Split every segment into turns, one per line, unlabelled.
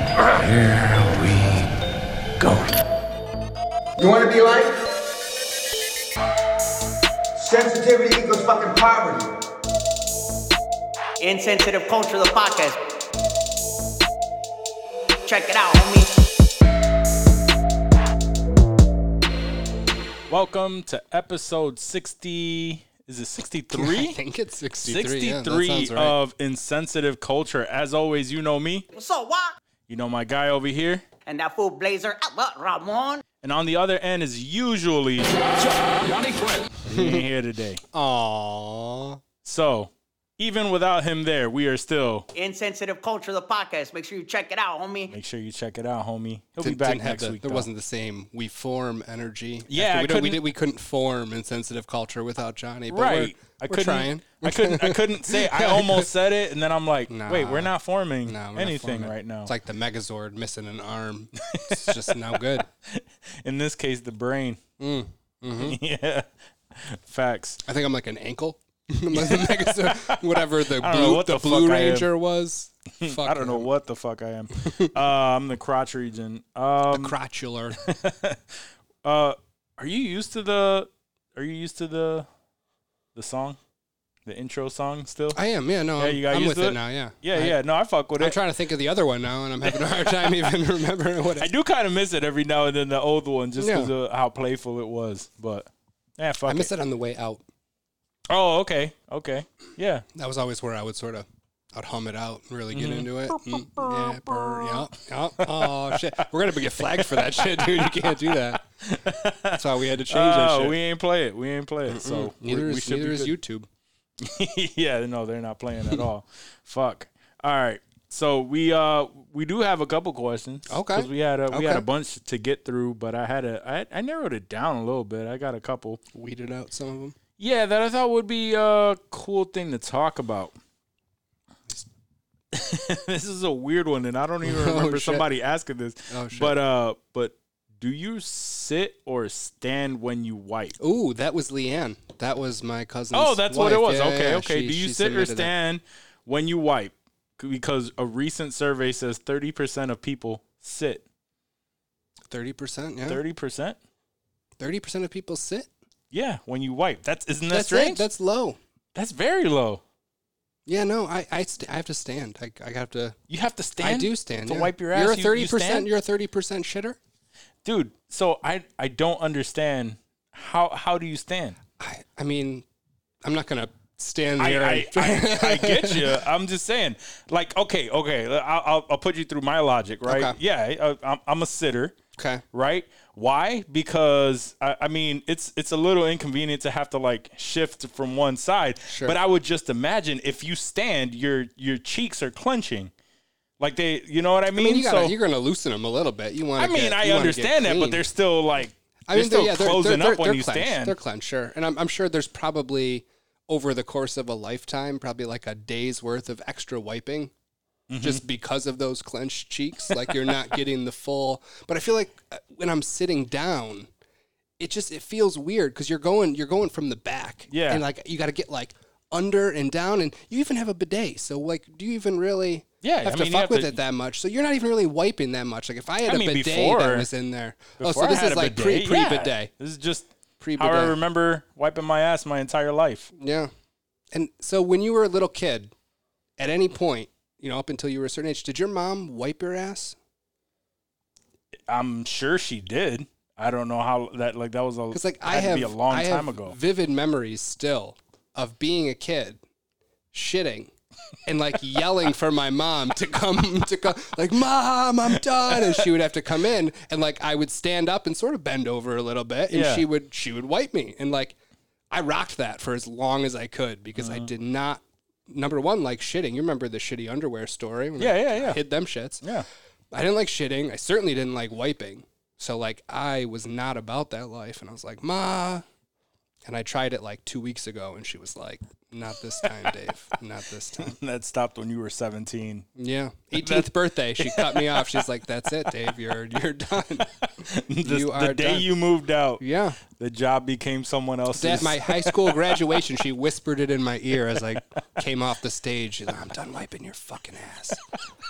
Here we go.
You want to be like? Sensitivity equals fucking poverty.
Insensitive Culture, the podcast. Check it out, homie.
Welcome to episode 60. Is it 63?
I think it's 63.
63
yeah, that sounds right.
of Insensitive Culture. As always, you know me.
What's up, Walk?
You know my guy over here.
And that fool blazer, Albert Ramon.
And on the other end is usually. he ain't here today.
Aww.
So, even without him there, we are still.
Insensitive Culture, the podcast. Make sure you check it out, homie.
Make sure you check it out, homie. He'll be
Didn't-
back
didn't have
next
the-
week.
There
though.
wasn't the same we form energy.
Yeah,
After
I
we, don't- we
couldn't-
did. We couldn't form insensitive culture without Johnny. But
Right.
We're,
I
we're
couldn't.
trying.
I couldn't. I couldn't say. I almost said it, and then I'm like, wait,
Nah.
we're not forming
Nah, we're not
anything
forming.
right now.
It's like the Megazord missing an arm. It's just now good.
In this case, the brain.
Mm, mm-hmm.
yeah. Facts.
I think I'm like an ankle. I'm like the Megazord, whatever the
don't know
blue,
what
the
the
Blue
fuck I am.
Ranger was. Fuck
I don't know
him.
what the fuck I am. uh, I'm the crotch region. Um,
Crotular.
uh, are you used to the? Are you used to the, the song, the intro song still?
I am. Yeah. No.
Yeah,
I'm,
you got
I'm
used
with
to
it,
it?
now. Yeah.
yeah,
I-
yeah. No, I fuck with
I'm
it.
trying to think of the other one now, and I'm having a hard time even remembering what
I
it,
do kind of miss it every now and then. The old one, just
Yeah.
because of how playful it was. But yeah, fuck
I
it.
missed it on the way out.
Oh, okay, okay, yeah.
That was always where I would sort of, I'd hum it out and really get
Mm-hmm.
into it. Mm, yeah, brr, yeah, yeah. Oh shit, we're gonna get flagged for that shit, dude. You can't do that. That's why we had to change that
Oh,
shit.
we ain't play it. We ain't play it. So we-
neither
we
is,
should be
neither is
good.
YouTube.
yeah, no, they're not playing at all. Fuck. All right. So we uh we do have a couple questions.
Okay.
Because we had a we had
Okay.
a bunch to get through, but I had a I, I narrowed it down a little bit. I got a couple.
Weeded out some of them.
Yeah, that I thought would be a cool thing to talk about. this is a weird one, and I don't even
Oh,
remember
shit.
somebody asking this.
Oh, shit.
But uh, but do you sit or stand when you wipe?
Ooh, that was Leanne. That was my cousin's.
Oh, that's what it
wife.
was.
Yeah,
okay,
yeah,
okay.
she-
Do you
she
sit or
submitted that.
stand when you wipe? C- Because a recent survey says 30% of people sit.
Thirty percent. Yeah,
30%?
thirty percent of people sit.
Yeah, when you wipe. That's isn't that
That's
strange?
it. That's low.
That's very low.
Yeah, no, I I, st- I have to stand. I, I have to.
You have to stand.
I do stand
to
yeah.
wipe your ass.
You're a
You- you
thirty percent.
stand?
You're a thirty percent shitter.
Dude, so I I don't understand how how do you stand?
I, I mean, I'm not gonna stand
I,
there.
I, I, I get you. I'm just saying, like, okay, okay, I'll, I'll, I'll put you through my logic, right?
Okay.
Yeah, I, I'm, I'm a sitter.
okay.
right? Why? Because I, I mean, it's it's a little inconvenient to have to like shift from one side.
Sure.
But I would just imagine if you stand, your your cheeks are clenching, like they, you know what I mean?
I mean, you gotta,
so
you're gonna loosen them a little bit. You want.
I mean, I understand that, but they're still like
I
they're
mean,
still
yeah, they're,
closing
they're,
up when
they're
you
clenched.
stand.
They're clenched, sure. And I'm, I'm sure there's probably over the course of a lifetime, probably like a day's worth of extra wiping.
Mm-hmm.
Just because of those clenched cheeks, like you're not getting the full. But I feel like uh, when I'm sitting down, it just it feels weird because you're going you're going from the back,
Yeah.
and like you got to get like under and down, and you even have a bidet. So like, do you even really
Yeah,
have
I
to
mean, you
fuck
have
with
to-
it that much? So you're not even really wiping that much. Like if I had
I
a
mean,
bidet
before-
that was in there,
Before
oh,
I
so this
had a
is like pre
bidet,
pre
yeah.
bidet.
This is just
Pre-bidet.
how I remember wiping my ass my entire life.
Yeah. And so when you were a little kid, at any point, you know, up until you were a certain age, did your mom wipe your ass?
I'm sure she did. I don't know how that like that was a
Because like I
had to
have,
be a long
I
time
have
ago.
vivid memories still of being a kid, shitting, and like yelling for my mom to come to come, like mom, I'm done, and she would have to come in, and like I would stand up and sort of bend over a little bit, and
Yeah.
she would she would wipe me, and like I rocked that for as long as I could because
Uh-huh.
I did not. Number one, like shitting. You remember the shitty underwear story? when I
Yeah, yeah, yeah.
Hid them shits.
yeah.
I didn't like shitting. I certainly didn't like wiping. So like I was not about that life, and I was like, Ma. And I tried it like two weeks ago, and she was like, Not this time, Dave. Not this time.
That stopped when you were 17.
Yeah, 18th birthday, she cut me off. She's like, That's it, Dave. You're you're done.
the,
You
the
are
day
done.
you moved out,
Yeah.
the job became someone else's.
At my high school graduation, she whispered it in my ear as I came off the stage. She's like, I'm done wiping your fucking ass.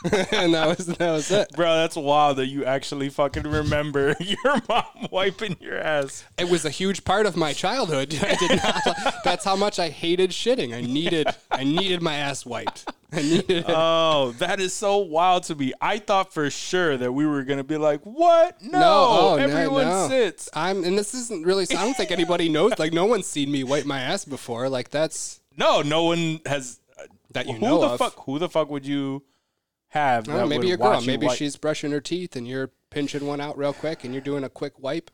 and that was that was it.
Bro, that's wild that you actually fucking remember your mom wiping your ass.
It was a huge part of my childhood. I did not. That's how much I hated shitting. I needed I needed my ass wiped. I needed it.
Oh, that is so wild to me. I thought for sure that we were gonna be like, "What? No,
oh,
everyone
no.
sits."
I'm, and this isn't really. I don't think anybody knows. Like, no one's seen me wipe my ass before. Like, that's
No, no one has.
that you
who
know
the
of.
fuck? Who the fuck would you have?
I don't know,
that
maybe
would
a girl.
watch you
Maybe
wipe-
she's brushing her teeth, and you're pinching one out real quick, and you're doing a quick wipe.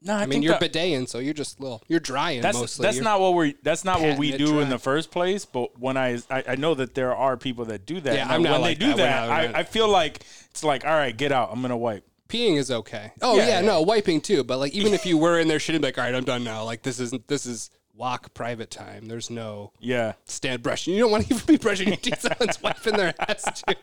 No,
I, mean,
think
you're
that-
bidaying, so you're just little. You're drying
that's
mostly.
that's
You're-
not what we that's not what
patting
we
it
do in
dry.
the first place. But when I, I I know that there are people that do that.
Yeah,
and
I'm
when
not
they
like
do
that.
that,
We're not- we're
I,
not-
I feel like it's like, all right, get out. I'm gonna wipe.
peeing is okay. Oh
Yeah,
yeah,
yeah.
no wiping too. But like, even if you were in there shitting, like, all right, I'm done now. Like, this isn't this is walk private time. There's no
Yeah,
stand brushing. You don't want to even be brushing your teeth. Someone's wiping their ass too.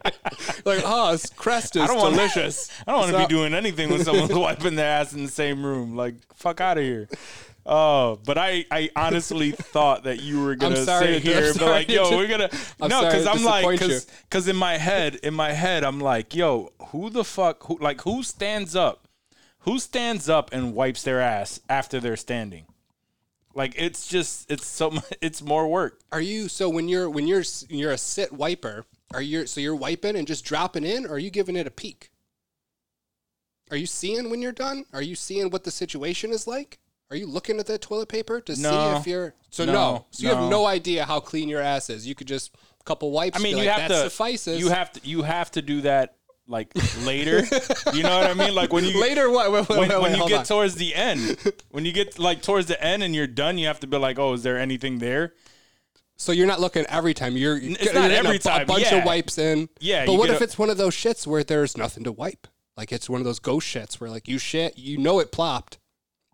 like, oh, this crest is
I don't want
delicious.
I don't want to
So-
be doing anything when someone's wiping their ass in the same room. Like, fuck out of here. Oh, but I, I honestly thought that you were gonna
sorry
sit
to-
here
I'm
and be like,
sorry
"Yo,
to-
we're gonna
I'm
no,"
sorry
because
to
I'm like,
disappoint you.
because because in my head, in my head, I'm like, "Yo, who the fuck? Who like who stands up? Who stands up and wipes their ass after they're standing? Like it's just it's so mu- it's more work.
Are you so when you're when you're s- you're a sit wiper? Are you so you're wiping and just dropping in, or are you giving it a peek? Are you seeing when you're done? Are you seeing what the situation is like? Are you looking at that toilet paper to
No.
see if you're so
No,
no? So you
no.
have no idea how clean your ass is. You could just couple wipes.
I mean,
be
you
like,
have
that
to
suffices.
You have to you have to do that like later. you know what I mean? Like when you
later. What? Wait, wait,
when,
wait,
when
wait,
you
hold
get
on.
towards the end, when you get like towards the end and you're done, you have to be like, oh, is there anything there?
So you're not looking every time. You're it's
not every
a,
time,
A bunch
yeah.
of wipes in.
Yeah,
But
you
what
get
if
a-
it's one of those shits where there's nothing to wipe? Like it's one of those ghost shits where like you shit, you know it plopped.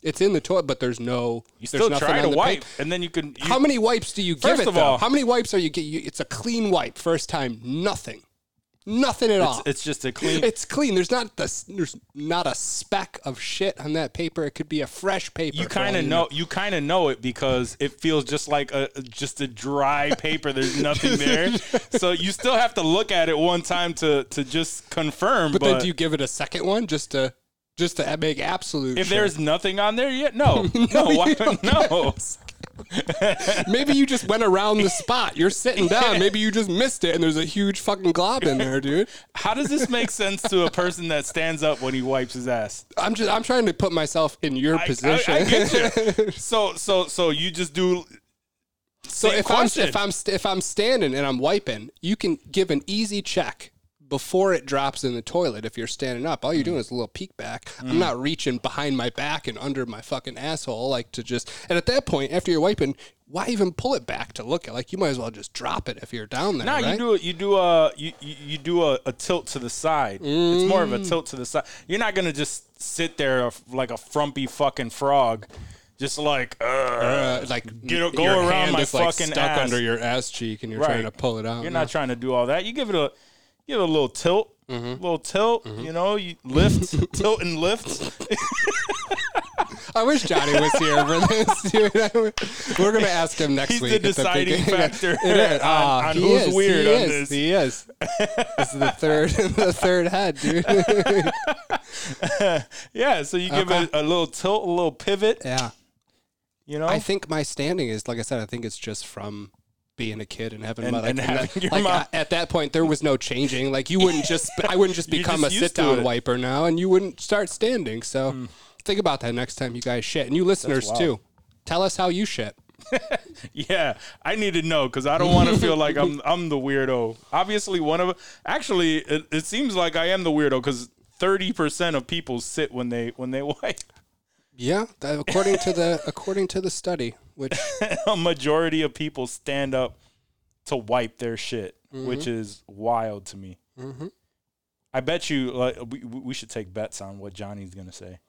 It's in the toilet, but there's no.
You
there's
still
nothing
try
on
to
the
wipe,
pa-
and then you can. You,
How many wipes do you give
First
it
of
though?
all-
How many wipes are you get? You, it's a clean wipe first time. Nothing. Nothing at all.
It's, it's just a clean.
Ah. It's clean. There's not the, s- there's not a speck of shit on that paper. It could be a fresh paper.
you
for all
kind of know. You kind of know it because it feels just like a just a dry paper. There's nothing there, so you still have to look at it one time to to just confirm. But,
But, then do you give it a second one just to just to make absolute?
if
sure?
there's nothing on there yet, no, no, why, no.
Maybe you just went around the spot. You're sitting down. Maybe you just missed it, and there's a huge fucking glob in there, dude.
How does this make sense to a person that stands up when he wipes his ass?
I'm just I'm trying to put myself in your
I- I-
position.
I, get you. So so so you just do.
so
Same
if
question.
I'm if I'm st- if I'm standing and I'm wiping, you can give an easy check before it drops in the toilet. If you're standing up, all you're doing is a little peek back.
Mm.
I'm not reaching behind my back and under my fucking asshole like to just. And at that point, after you're wiping, why even pull it back to look at? Like you might as well just drop it if you're down there.
No,
right?
you do it. You do a you you you do a, a tilt to the side. It's more of a tilt to the side. You're not gonna just sit there f- like a frumpy fucking frog, just like uh,
Uh, like
Get-
y-
go
your
around
hand
my
is,
fucking
like, stuck
ass.
under your ass cheek and you're trying to pull it out.
You're not trying to do all that. You give it a give it a little tilt,
Mm-hmm.
little tilt. You know, you lift, tilt, and lift.
I wish Johnny was here for this. Dude. We're gonna ask him next
He's
week.
the
at
deciding
beginning.
factor
It
on-
is. Ah,
on
he
who's
is, he
weird on
is,
this.
He is. This is the third, the third head, dude.
Yeah, so you give
Okay.
it a, little tilt, a little pivot.
yeah.
You know,
I think my standing is like I said. I think it's just from being a kid and having
And-
mud. I
and
think that-
having your
like,
mom.
I- at that point, there was no changing. Like you wouldn't just, I wouldn't just
You're
become
just
a
used to
sit down
it. Hmm.
wiper now, and you wouldn't start standing. So think about that next time you guys shit, and you listeners
wild.
too. Tell us how you shit.
Yeah, I need to know because I don't want to feel like I'm I'm the weirdo. Obviously, one of actually it, it seems like I am the weirdo because thirty percent of people sit when they when they wipe.
Yeah, that- according to the according to the study, which
A majority of people stand up to wipe their shit, which
Mm-hmm.
is wild to me. I bet you like we we we should take bets on what Johnny's gonna say.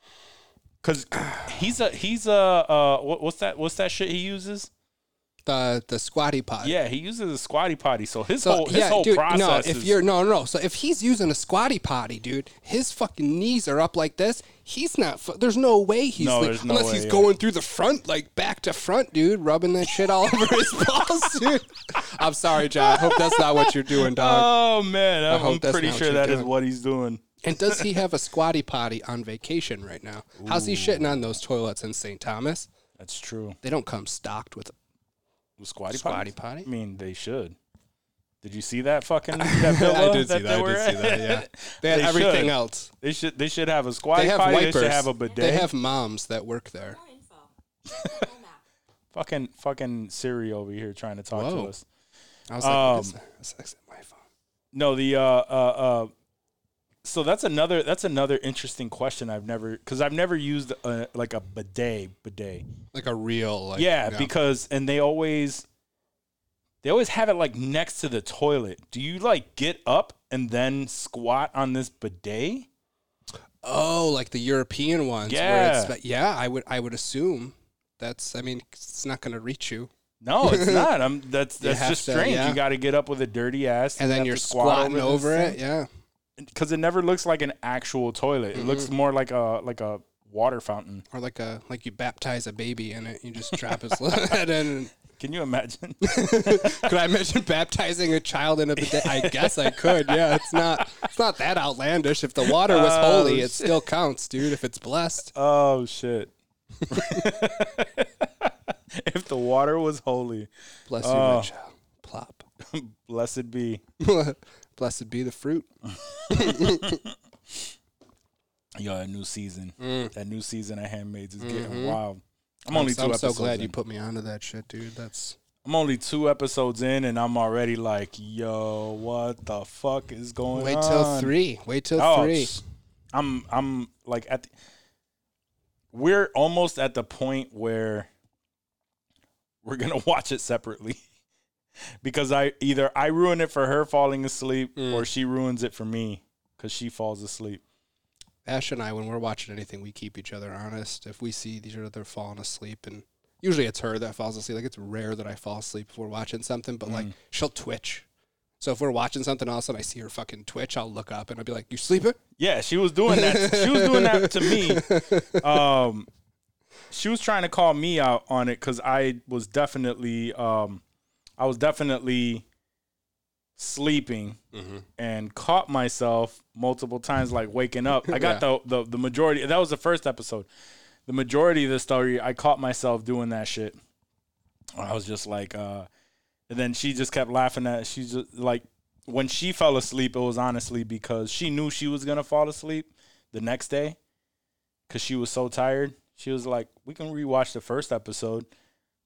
Cause he's a he's a uh what, what's that what's that shit he uses?
the the squatty potty.
Yeah, he uses a squatty potty, so his
So
whole his
yeah,
whole
dude.
process
no, if
is
you're no, no. So if he's using a squatty potty, dude, his fucking knees are up like this. He's not. fu- There's no way he's
No,
like-
there's no
unless
way,
he's
yeah.
going through the front, like back to front, dude, rubbing that shit all over his balls, dude. I'm sorry, John. I hope that's not what you're doing, dog.
Oh man, I'm,
Uh, hope
I'm
that's
pretty
not what
sure
you're
that is
doing.
what he's doing.
and does he have a squatty potty on vacation right now? How's he shitting on those toilets in St. Thomas?
That's true.
They don't come stocked with.
Squatty,
Squatty
potties?
potty?
I mean, they should. Did you see that fucking that pillow that they were at?
Yeah, they had
They
everything
should.
else.
They should they should have a squatty
They have
potty.
wipers.
They should have a bidet.
They have moms that work there.
More info. Google Maps.
fucking fucking Siri over here trying to talk
Whoa.
to us.
I was like,
Um,
what is that? That's actually my phone.
No, the uh, uh, uh, so that's another that's another interesting question I've never because I've never used a, like a bidet bidet.
Like a real, like
yeah, because and they always they always have it like next to the toilet. Do you like get up and then squat on this bidet?
oh, like the European ones. where it's,
Yeah.
but yeah, I would, I would assume that's. I mean, it's not going to reach you,
No, it's not. I'm that's
You
that's
have
just
to,
strange.
yeah.
You got to get up with a dirty ass,
and then
you
you're
have to squat
squatting over, it. Yeah,
because it never looks like an actual toilet. It
Mm-hmm.
looks more like a like a water fountain.
or like a like you baptize a baby in it. You just drop his little head in.
Can you imagine?
Could I imagine baptizing a child in a bidet? I guess I could. Yeah, it's not it's not that outlandish. If the water was holy, it still counts, dude. If it's blessed,
oh shit! if the water was holy,
bless you,
Oh.
my child. Plop.
blessed be.
Blessed be the fruit.
Yo, that new season, that new season of Handmaids is getting wild. I'm only
So
2
I'm so
episodes.
glad
in.
you put me onto that shit, dude. That's
I'm only two episodes in, and I'm already like, yo, what the fuck is going
wait
on?
till three. Wait till
Oh,
three.
psh, I'm I'm like at the, we're almost at the point where we're gonna watch it separately because I either I ruin it for her falling asleep or she ruins it for me because she falls asleep.
Ash and I, when we're watching anything, we keep each other honest. If we see each other falling asleep, and usually it's her that falls asleep. Like it's rare that I fall asleep if we're watching something, but
Mm.
like she'll twitch. So if we're watching something, all of a sudden I see her fucking twitch. I'll look up and I'll be like, "You sleeping?"
Yeah, she was doing that. she was doing that to me. Um, she was trying to call me out on it because I was definitely, um, I was definitely sleeping and caught myself multiple times, like waking up. I got the, the the majority. That was the first episode. The majority of the story, I caught myself doing that shit. I was just like, uh, and then she just kept laughing at. She just like when she fell asleep, it was honestly because she knew she was gonna fall asleep the next day because she was so tired. She was like, "We can rewatch the first episode."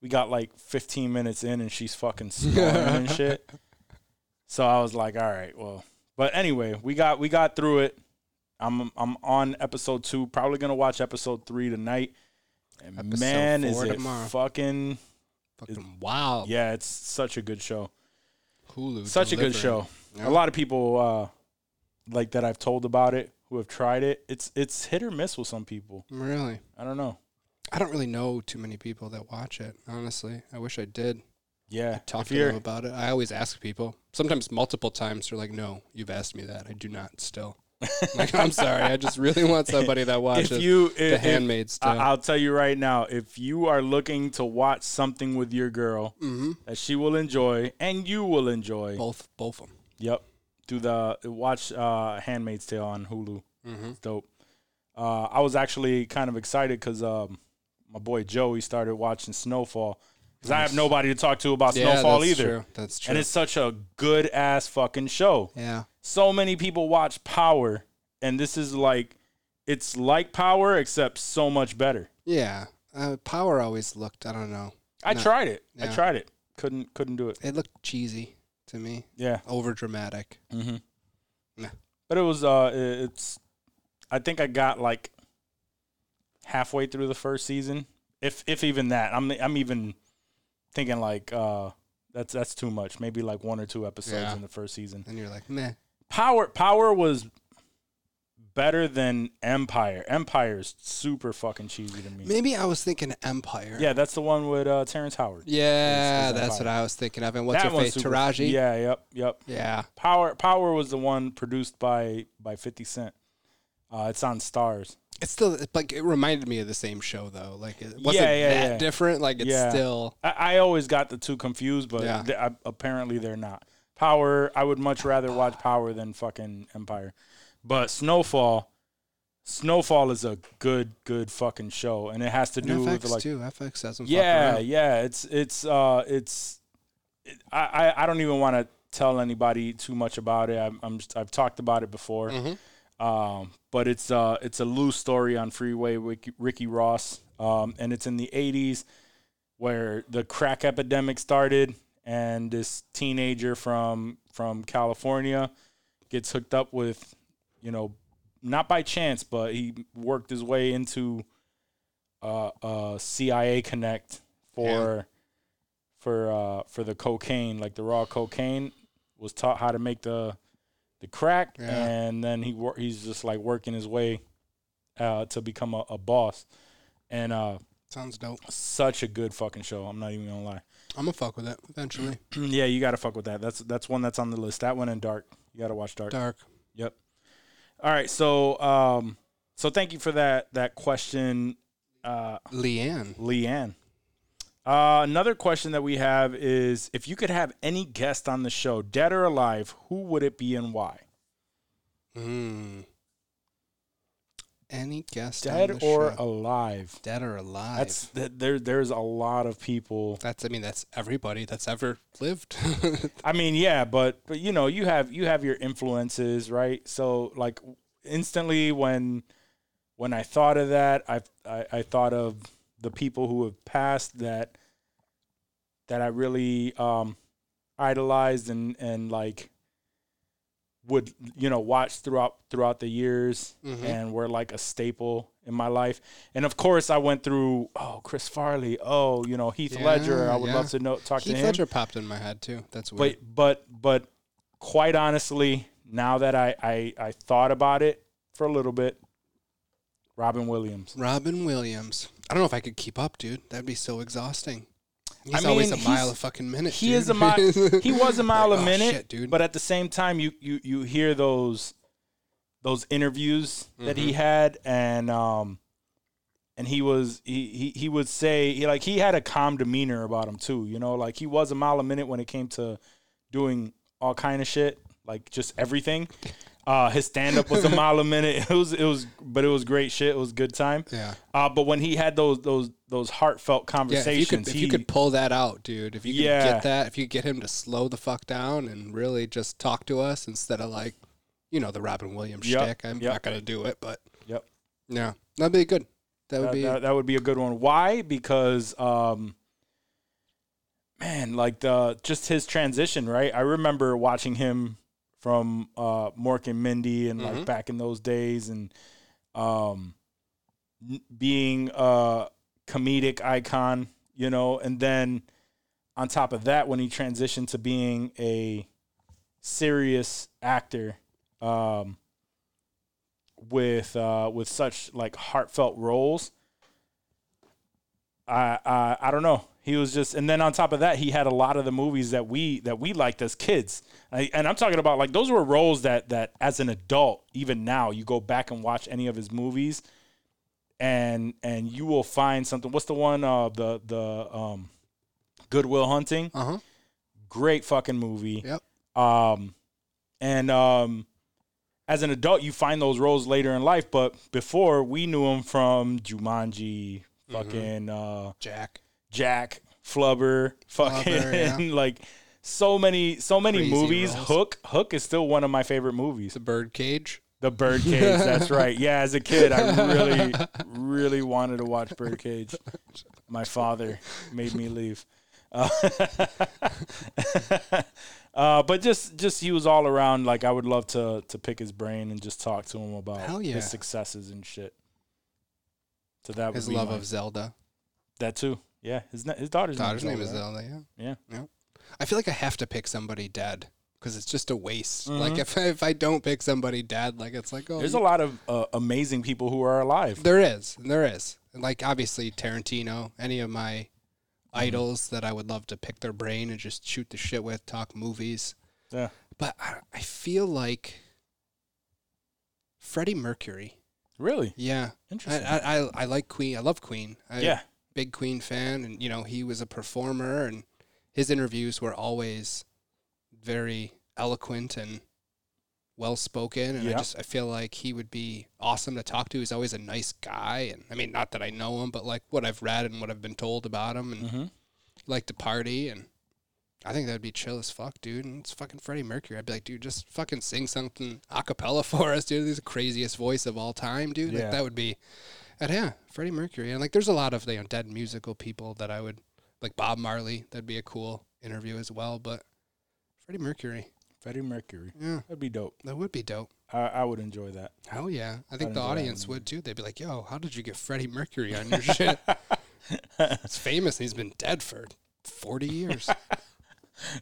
We got like 15 minutes in, and she's fucking snoring and shit. So I was like, "All right, well." But anyway, we got we got through it. I'm I'm on episode two. Probably gonna watch episode three tonight. And
Episode
man, is
four
it
tomorrow.
fucking
Fucking wow,
yeah, it's such a good show.
Hulu,
Such a good
delivering.
show. A lot of people uh like that I've told about it who have tried it. It's it's hit or miss with some people.
Really,
I don't know.
I don't really know too many people that watch it. Honestly, I wish I did.
Yeah.
talk
if
to
you're-
them about it. I always ask people, sometimes multiple times. They're like, "No, you've asked me that. I do not still." I'm like, I'm sorry. I just really want somebody that watches
if you if,
The
if-
Handmaid's Tale.
I, I'll tell you right now, if you are looking to watch something with your girl
Mm-hmm.
that she will enjoy and you will enjoy.
both both of them.
Yep. Do the watch uh Handmaid's Tale on Hulu.
Mm-hmm.
It's dope. Uh I was actually kind of excited cuz um my boy Joey started watching Snowfall cuz I have nobody to talk to about Snowfall
that's
either.
True. That's true.
And it's such a good ass fucking show.
yeah,
So many people watch Power and this is like it's like Power except so much better.
yeah. Uh, Power always looked. I don't know.
I tried it. I
Yeah.
tried it. Couldn't couldn't do it.
It looked cheesy to me,
Yeah.
over dramatic.
But it was uh i- it's I think I got like halfway through the first season. If if even that. I'm I'm even thinking like uh that's that's too much. Maybe like one or two episodes
Yeah.
in the first season.
And you're like, meh.
Power Power was better than Empire. Empire is super fucking cheesy to me.
Maybe I was thinking Empire.
Yeah, that's the one with uh, Terrence Howard.
Yeah,
It's- it's
that's what
Empire.
I was thinking of. And what's
that
her
one's
face?
super-
Taraji.
Yeah, yep, yep.
Yeah.
Power Power was the one produced by by 50 Cent. Uh, it's on Stars.
It's still it's like it reminded me of the same show though. Like it wasn't
Yeah, yeah,
that
yeah.
different. Like it's
Yeah.
still
I, I always got the two confused, but
Yeah.
th- I- apparently they're not. Power, I would much rather watch Power than fucking Empire. But Snowfall, Snowfall is a good, good fucking show, and it has to do
FX
with like
too. FX doesn't.
yeah,
fuck around.
yeah. It's it's uh it's it, I I- I don't even want to tell anybody too much about it. I'm, I'm just- I've talked about it before. Um, but it's uh it's a loose story on Freeway Ricky, Ricky Ross. Um, and it's in the 80s where the crack epidemic started, and this teenager from from California gets hooked up with, you know, not by chance, but he worked his way into uh, uh, CIA connect for for uh, for the cocaine, like the raw cocaine, was taught how to make the the crack,
Yeah.
and then he wor- he's just like working his way uh, to become a, a boss, and uh,
Sounds dope.
such a good fucking show. I'm not even gonna lie.
I'm gonna fuck with it eventually.
yeah, you gotta fuck with that. That's that's one that's on the list. That one and Dark. You gotta watch Dark.
Dark.
Yep. All right. So um, so thank you for that that question. Uh,
Leanne.
Leanne. Uh, another question that we have is if you could have any guest on the show, dead or alive, who would it be and why?
Mm. Any guest? on
Dead
the
or
show?
alive.
dead or alive?
That's that there there's a lot of people.
that's. I mean, that's everybody that's ever lived.
I mean, yeah, but but you know, you have you have your influences, right? So like instantly when when I thought of that, I I, I thought of the people who have passed that that I really um idolized and and like would you know watch throughout throughout the years
Mm-hmm.
and were like a staple in my life and of course i went through oh chris farley oh you know heath ledger
Yeah,
i would
yeah.
love to know talk to
Keith
him
Ledger popped in my head too. That's weird.
but but but quite honestly, now that I, I I thought about it for a little bit, Robin Williams.
Robin Williams. I don't know if I could keep up, dude. That'd be so exhausting. He's
I mean,
always a
he's-
mile a fucking minute.
He
dude.
is a mile. he was a mile
Like,
a
oh,
minute,
shit, dude.
but at the same time, you you you hear those those interviews that
Mm-hmm.
he had, and um, and he was he he he would say he like he had a calm demeanor about him too. You know, like he was a mile a minute when it came to doing all kind of shit, like just everything. Uh, his stand up was a mile a minute. It was it was, but it was great shit. It was good time.
Yeah.
Uh, but when he had those those those heartfelt
Yeah, if
conversations,
you could, if
he,
you could pull that out, dude. If you could
Yeah.
get that, if you get him to slow the fuck down and really just talk to us instead of like, you know, the Robin Williams
Yep,
shtick. I'm
yep.
not gonna do it, but
Yep.
yeah, that'd be good. That would
that,
be
that, that would be a good one. Why? Because um man, like the just his transition, right? I remember watching him from uh Mork and Mindy and
Mm-hmm.
like back in those days and um n- being a comedic icon, you know, and then on top of that when he transitioned to being a serious actor um with uh with such like heartfelt roles I, I I don't know. He was just, and then on top of that, he had a lot of the movies that we that we liked as kids. I, and I'm talking about like those were roles that that as an adult, even now, you go back and watch any of his movies, and and you will find something. What's the one? Uh, the the um, Goodwill Hunting.
uh huh.
Great fucking movie.
Yep.
Um, and um, as an adult, you find those roles later in life. But before, we knew him from Jumanji,
Mm-hmm.
fucking. Uh,
Jack.
Jack Flubber, fucking
Flubber,
like so many so many
Crazy
movies.
roles.
Hook Hook is still one of my favorite movies.
The birdcage.
The Birdcage, that's right. Yeah, as a kid, I really really wanted to watch Birdcage. My father made me leave. Uh, uh, but just just he was all around. Like I would love to to pick his brain and just talk to him
Hell
about
yeah.
his successes and shit. So that would
His
be
love
my-
of Zelda.
that too. Yeah, his na- his daughter's,
Daughter's
name's
name is
Zelda,
Zelda. Yeah.
right? Yeah.
I feel like I have to pick somebody dead because it's just a waste. Like if if I don't pick somebody dead, like it's like oh,
Mm-hmm. There's a lot of uh, amazing people who are alive.
There is, there is. Like obviously Tarantino, any of my
Mm-hmm.
idols that I would love to pick their brain and just shoot the shit with, talk movies.
Yeah.
But I, I feel like Freddie Mercury.
Really?
Yeah,
Interesting.
I, I I- I like Queen. I love Queen. I,
Yeah.
big Queen fan, and you know he was a performer, and his interviews were always very eloquent and well spoken. And
Yeah.
I just I feel like he would be awesome to talk to. He's always a nice guy, and I mean not that I know him, but like what I've read and what I've been told about him, and
Mhm.
like to party and. I think that'd be chill as fuck, dude. And it's fucking Freddie Mercury. I'd be like, dude, just fucking sing something a cappella for us, dude. He's the craziest voice of all time, dude.
Yeah.
Like that would be and yeah, Freddie Mercury. And like there's a lot of you know, dead musical people that I would like Bob Marley, that'd be a cool interview as well. But Freddie Mercury.
Freddie Mercury.
Yeah.
That'd be dope.
That would be dope.
I, I would enjoy that.
Hell yeah. I think
enjoy
the
that
audience would too. They'd be like, yo, how did you get Freddie Mercury on your shit? It's famous. He's been dead for 40 years.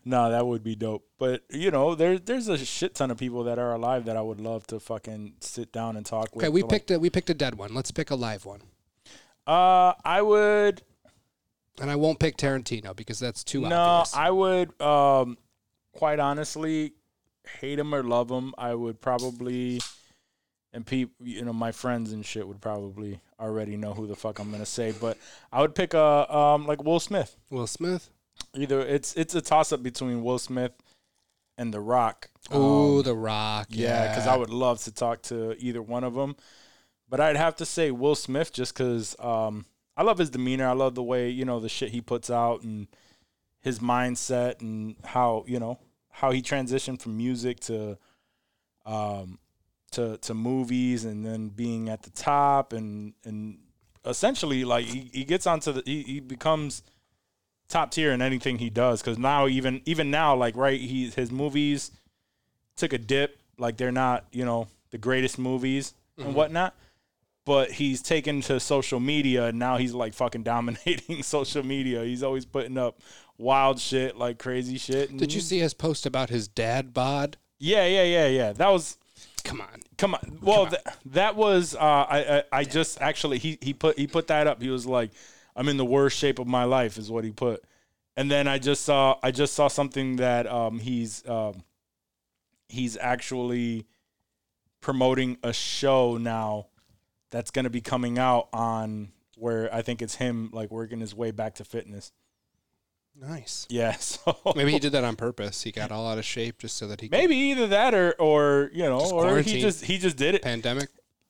No, that would be dope. But you know, there there's a shit ton of people that are alive that I would love to fucking sit down and talk with.
okay, we
to, like-
picked a we picked a dead one. Let's pick a live one.
Uh, I would.
And I won't pick Tarantino because that's too
No,
obvious.
I would. Um, quite honestly, hate him or love him, I would probably. And people, you know, my friends and shit would probably already know who the fuck I'm gonna say, but I would pick a um like Will Smith.
Will Smith.
Either it's it's a toss up between Will Smith and The Rock.
Oh, The Rock.
Yeah, because I would love to talk to either one of them, but I'd have to say Will Smith just because um, I love his demeanor. I love the way you know the shit he puts out and his mindset and how you know how he transitioned from music to um, to to movies and then being at the top and and essentially like he, he gets onto the he, he becomes top tier in anything he does because now even even now like right he his movies took a dip. Like they're not, you know, the greatest movies
Mm-hmm.
and whatnot. But he's taken to social media and now he's like fucking dominating social media. He's always putting up wild shit, like crazy shit. and-
Did you see his post about his dad bod?
Yeah, yeah, yeah, yeah. That was
Come on.
come on. Well, That, that was uh, I, I I just actually he he put he put that up. He was like, I'm in the worst shape of my life, is what he put. And then I just saw I just saw something that um he's um he's actually promoting a show now that's gonna be coming out on where I think it's him like working his way back to fitness.
Nice.
Yeah, so
Maybe he did that on purpose. He got all out of shape just so that he
maybe either that or or you know
Just
or he
quarantine.
just he just did it.
could pandemic.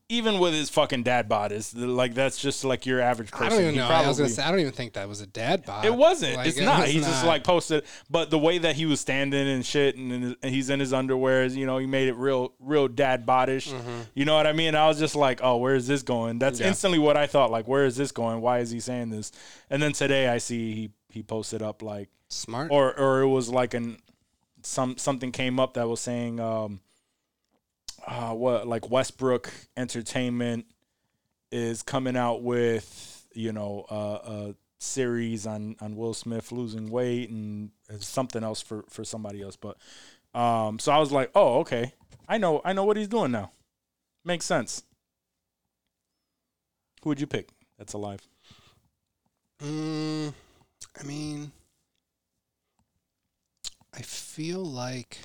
even with his fucking dad bod is the- like that's just like your average person.
I don't even
He
know. I was gonna say I don't even think that was a dad bod.
it wasn't.
Like,
it's
it
not.
was
he just
not.
like posted, but the way that he was standing and shit, and, in his- and he's in his underwear. You know, he made it real, real dad bodish.
Mm-hmm.
You know what I mean? I was just like, oh, where is this going? That's instantly what I thought. Like, where is this going? Why is he saying this? And then today I see he he posted up like
smart.
or or it was like an some something came up that was saying um uh what like Westbrook Entertainment is coming out with you know uh, a series on on Will Smith losing weight and something else for for somebody else but um so I was like oh okay I know I know what he's doing now makes sense who would you pick that's alive
Mm, I mean, I feel like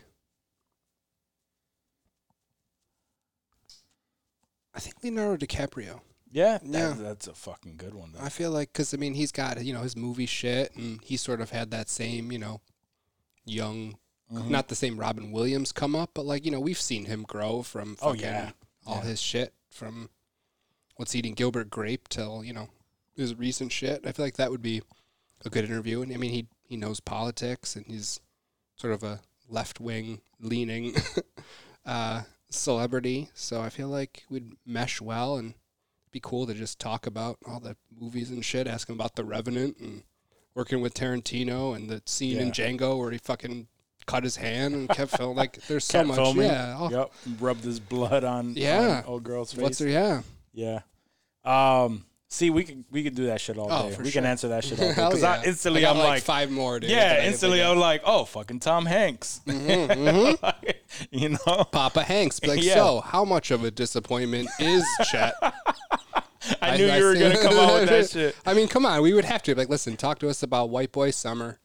I think Leonardo DiCaprio.
yeah, that-
Yeah.
that's a fucking good one though
I feel like because I mean he's got you know his movie shit and he sort of had that same you know young,
Mm-hmm.
not the same Robin Williams come up, but like you know we've seen him grow from
Oh,
fucking
yeah.
all his shit from what's eating Gilbert Grape till you know his recent shit. I feel like that would be a good interview, and I mean he he knows politics and he's sort of a left wing leaning uh, celebrity, so I feel like we'd mesh well and be cool to just talk about all the movies and shit, ask him about The Revenant and working with Tarantino and the scene in
Yeah.
Django where he fucking cut his hand and kept filming. Like, there's so
Kept
much.
filming.
Yeah. Oh,
Yep. Rubbed his blood on.
Yeah.
on old girl's face.
What's there? Yeah.
yeah. Um. See, we could we could do that shit all
Oh,
day.
for
we can
sure.
answer that shit all day
Hell
because
yeah.
I instantly
I got,
I'm
like,
like,
five more, dude, that I
Yeah,
can
instantly
think of.
I'm like, oh fucking Tom Hanks,
Mm-hmm,
you know.
Papa Hanks. Be Like,
Yeah.
so how much of a disappointment is Chet?
I, knew you were
seen-
gonna come out with that shit.
I mean, come on, we would have to like listen. Talk to us about White Boy Summer.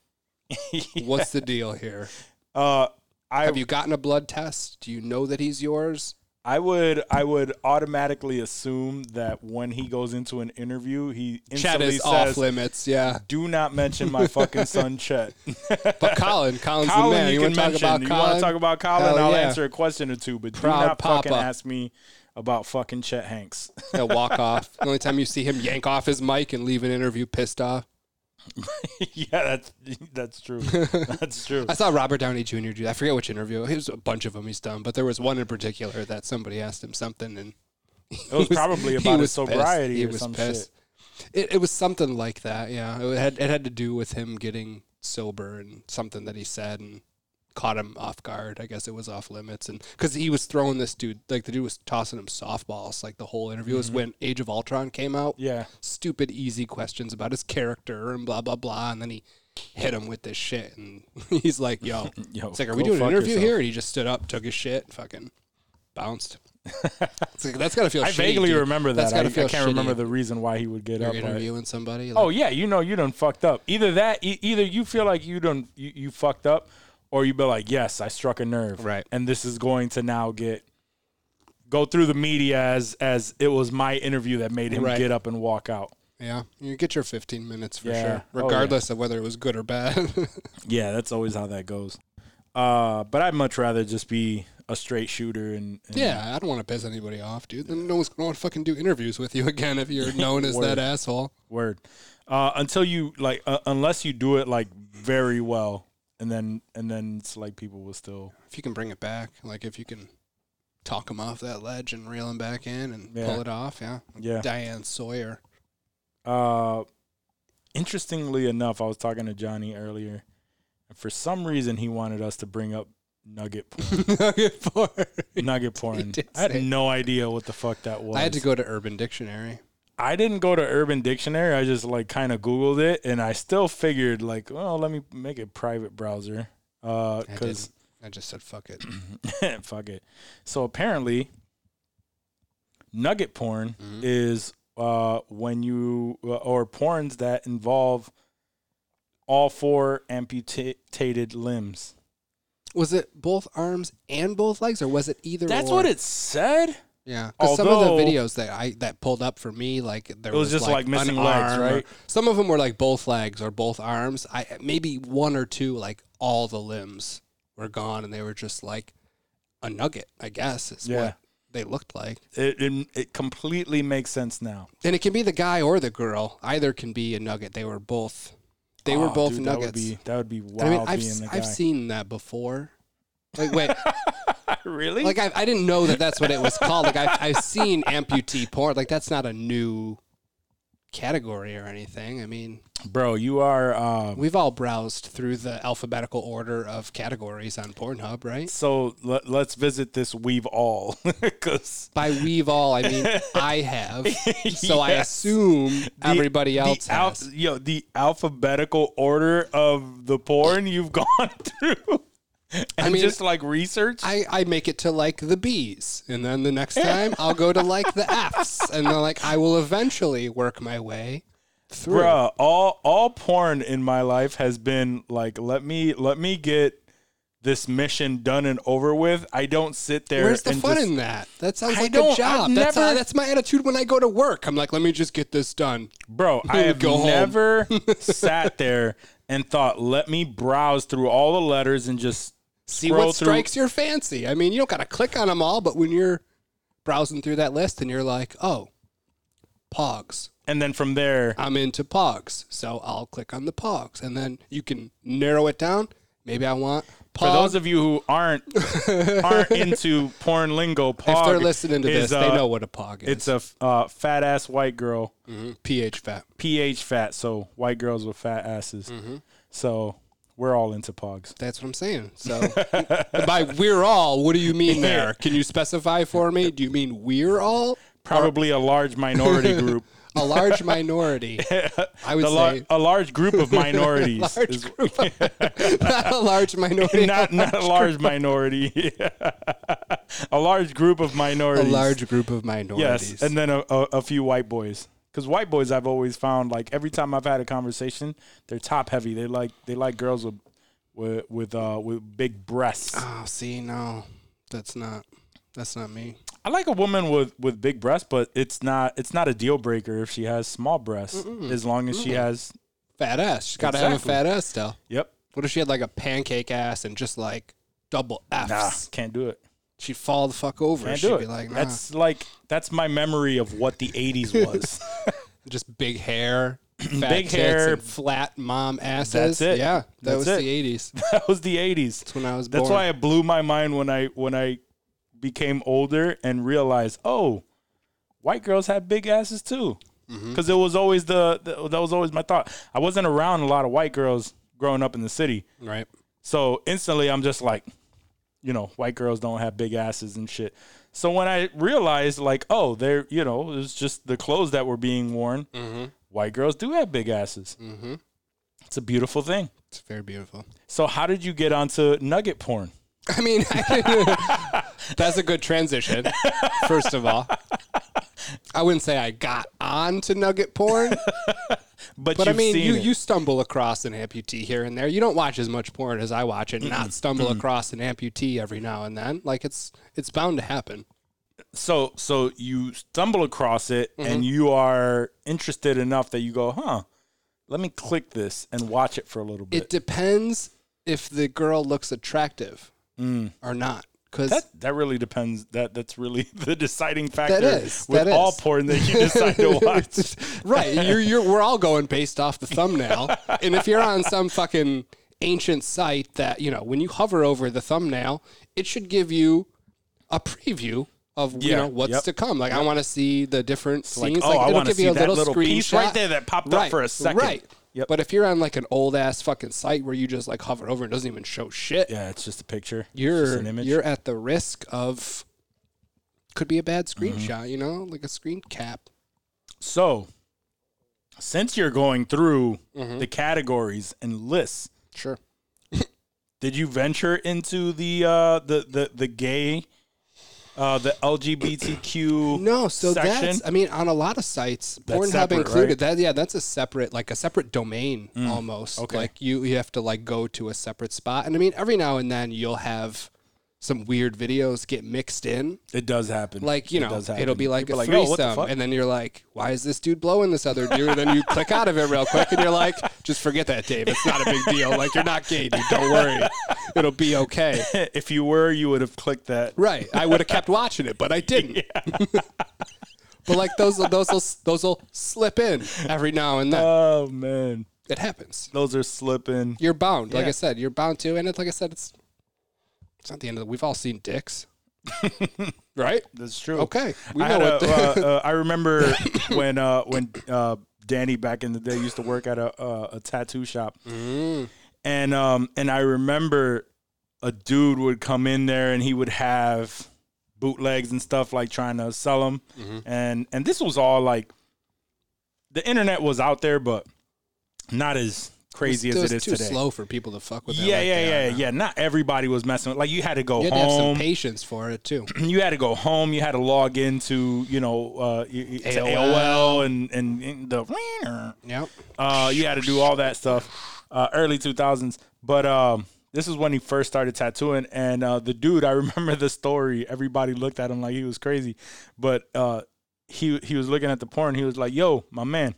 What's the deal here?
Uh, I
Have you gotten a blood test? Do you know that he's yours?
I would I would automatically assume that when he goes into an interview, he
Chet
instantly
is
says,
off limits. Yeah,
"Do not mention my fucking son, Chet."
but Colin, Colin's
Colin,
the man.
you,
You,
can
want to talk
mention.
about
you
Colin?
want to talk about Colin?
Hell
I'll
yeah.
answer a question or two, but
Proud
do not fucking
papa.
ask me about fucking Chet Hanks.
He'll walk off. The only time you see him yank off his mic and leave an interview pissed off.
yeah, that's that's true. That's true.
I saw Robert Downey Jr. do that. I forget which interview. Here's a bunch of them he's done, but there was one in particular that somebody asked him something, and
It was probably about his
pissed.
sobriety
He
or
was
some
pissed. It, it was something like that. Yeah, it had it had to do with him getting sober and something that he said and caught him off guard. I guess it was off limits, and because he was throwing this dude like the dude was tossing him softballs like the whole interview. It was when Age of Ultron came out.
Mm-hmm. Yeah.
stupid easy questions about his character and blah blah blah, and then he hit him with this shit, and he's like, "Yo,
Yo,
it's like, are
go
we doing an
fuck
interview
yourself.
here?" And he just stood up, took his shit, fucking bounced. It's like, that's gotta feel.
I
shitty,
vaguely
dude.
remember
That's
that. I,
gotta
I
feel
can't remember
shitty.
the reason why he would get
You're
up. but-
interviewing somebody.
Oh
like,
yeah, you know you done fucked up. Either that, e- either you feel like you done you, you fucked up, or you be like, yes, I struck a nerve,
Right.
And this is going to now get go through the media as as it was my interview that made him
Right.
get up and walk out.
yeah. You get your 15 minutes for
Yeah.
sure,
Oh, yeah.
regardless of whether it was good or bad.
Yeah, that's always how that goes. Uh, but I'd much rather just be a straight shooter and, and
yeah, I don't want to piss anybody off, dude. Then no one's gonna want to fucking do interviews with you again if you're known as that asshole.
word uh, until you like uh, unless you do it like very well, and then and then it's like people will still
If you can bring it back, like if you can talk him off that ledge and reel him back in and
Yeah.
pull it off, yeah.
yeah.
Diane Sawyer.
Uh, interestingly enough, I was talking to Johnny earlier, and for some reason he wanted us to bring up nugget porn.
Nugget four.
nugget porn.
did
I had
say-
no idea what the fuck that was.
I had to go to Urban Dictionary.
I didn't go to Urban Dictionary. I just like kind of Googled it, and I still figured like, well, let me make a private browser. Uh,
I
because
didn't. I just said fuck it.
fuck it. So apparently, nugget porn
Mm-hmm.
is uh, when you uh, or porns that involve all four amputated limbs.
Was it both arms and both legs, or was it either?
That's
or?
what it said.
Yeah, 'cause some of the
Although-
videos that I that pulled up for me, like there
It was just, like, missing
an
legs,
arm or-
right?
some of them were like both legs or both arms. I maybe one or two, like all the limbs were gone, and they were just like a nugget. I guess is
Yeah.
what they looked like.
It, it it completely makes sense now.
And it can be the guy or the girl. Either can be a nugget. They were both. They were
Oh,
both
dude,
nuggets.
That would be, that would be wild.
And I mean, I've,
being
s-
the guy.
I've seen that before. Like wait,
really.
like I, I didn't know that that's what it was called. Like I've, I've seen amputee porn. Like that's not a new category or anything. I mean,
Bro, you are. Um,
we've all browsed through the alphabetical order of categories on Pornhub, right?
so let, let's visit this weave all because
By we've all, I mean I have. So I
Yes.
assume
The-
everybody else
the al-
has.
yo, the alphabetical order of the porn you've gone through. And
mean,
just like research.
I, I make it to like the B's, and then the next time I'll go to like the F's, and then like I will eventually work my way through.
Bruh, all all porn in my life has been like let me let me get this mission done and over with. I don't sit there
Where's the
and
fun
just-
in that? That sounds
I
like a
don't-
job.
I've
that's,
never-
that's my attitude when I go to work. I'm like, let me just get this done.
Bro, I have
Go home.
never sat there and thought, let me browse through all the letters and just
See
scroll
what
through.
strikes your fancy. I mean, you don't got to click on them all, but when you're browsing through that list and you're like, oh, pogs.
and then from there,
I'm into pogs, so I'll click on the pogs, and then you can narrow it down. Maybe I want
For
pogs.
those of you who aren't aren't into porn lingo, pog
if they're listening to
is,
this,
uh,
they know what a pog is. Mm-hmm.
it's a f- uh, fat ass white girl,
pH fat.
pH fat. So white girls with fat asses.
Mm-hmm.
So we're all into pogs.
That's what I'm saying. So by we're all, what do you mean there? Can you specify for me? Do you mean we're all?
Probably a large minority group.
a large minority. I would
The lar- oh.
say
a large group of minorities.
large
is-
group of- not a large minority.
not not a large minority. a large group of
a
minorities.
large group of minorities.
Yes, and then a, a, a few white boys. Because white boys, I've always found like every time I've had a conversation, they're top heavy. They like they like girls with with with, uh, with big breasts.
oh, see, no, that's not that's not me.
I like a woman with with big breasts, but it's not it's not a deal breaker if she has small breasts as long as she has.
Fat ass. She's got to have a
Exactly.
fat ass still.
Yep.
What if she had like a pancake ass and just like double F's?
Nah, can't do it.
She'd fall the fuck over.
Can't
She'd
do
be
it.
like, nah.
That's like that's my memory of what the '80s was.
just big hair, fat
Big
tits
hair.
and flat mom asses.
it.
Yeah, that
That's
was
it.
the eighties.
that was the '80s. That's
when I was
That's
born.
why it blew my mind when I when I became older and realized, oh, white girls had big asses too.
Mm-hmm.
Because it was always the, the that was always my thought. I wasn't around a lot of white girls growing up in the city,
Right.
so instantly I'm just like, you know, white girls don't have big asses and shit. So when I realized, like, oh, they're you know, it was just the clothes that were being worn.
Mm-hmm.
White girls do have big asses. It's a beautiful thing.
It's very beautiful.
So how did you get onto nugget porn?
I mean, that's a good transition. First of all, I wouldn't say I got on to nugget porn,
But,
but I
you've
mean,
seen
you,
it.
you stumble across an amputee here and there. You don't watch as much porn as I watch and not stumble across an amputee every now and then. Like it's it's bound to happen.
so so you stumble across it
Mm-hmm.
and you are interested enough that you go, huh? Let me click this and watch it for a little bit.
It depends if the girl looks attractive or not.
Mm.
Because
that that really depends. That that's really the deciding factor
That is,
with
that
all
is.
porn that you decide to watch.
right. You're, you're, we're all going based off the thumbnail. and if you're on some fucking ancient site that, you know, when you hover over the thumbnail, it should give you a preview of, you
Yeah,
know, what's
yep,
to come. Like, I want to see the different
like,
scenes.
oh, I
it'll
wanna
give you
see
a
that little piece right
screenshot.
there that popped up for a second.
Right.
Yep.
But if you're on like an old ass fucking site where you just like hover over and it doesn't even show shit,
yeah, it's just a picture. It's just
you're
an image.
you're at the risk of could be a bad screenshot,
Mm-hmm.
you know, like a screen cap.
so since you're going through
Mm-hmm.
the categories and lists,
Sure.
Did you venture into the uh, the the the gay, uh, the LGBTQ?
No, so
section?
that's I mean on a lot of sites,
That's
Pornhub
separate,
included.
right? Mm.
That yeah, that's a separate like a separate domain almost.
okay.
Like you you have to like go to a separate spot. And I mean every now and then you'll have some weird videos get mixed in.
it does happen.
Like, you
It
know,
does happen.
it'll be like
People
a
"Oh, what the
threesome.
fuck?"
and then you're like, why is this dude blowing this other dude? And then you click out of it real quick and you're like, just forget that, Dave. It's not a big deal. Like, you're not gay, dude. Don't worry. It'll be okay.
if you were, you would have clicked that.
Right. I would have kept watching it, but I didn't. but like those those will, those will slip in every now and then.
Oh man,
it happens.
those are slipping.
You're bound. Like I
Yeah.
said, you're bound to. And it's like I said, it's it's not the end of the. We've all seen dicks, right?
That's true.
Okay, we
I,
know
had
what
a,
the-
uh, uh, I remember when uh, when uh, Danny back in the day used to work at a uh, a tattoo shop,
Mm.
and um and I remember a dude would come in there and he would have bootlegs and stuff like trying to sell them,
Mm-hmm.
and and this was all like the internet was out there, but not as crazy
It
as
was
it is
too
today.
slow for people to fuck with. that
Yeah,
like
yeah,
they
yeah,
are now.
yeah. Not everybody was messing with. Like you had to go
You had to
home
have some patience for it too.
you had to go home. You had to log into you know uh, y- y- to AOL. and and, and the
Yep.
uh, you had to do all that stuff uh, early two thousands. But um, this is when he first started tattooing, and uh, the dude I remember the story. Everybody looked at him like he was crazy, but uh, he he was looking at the porn. He was like, "Yo, my man,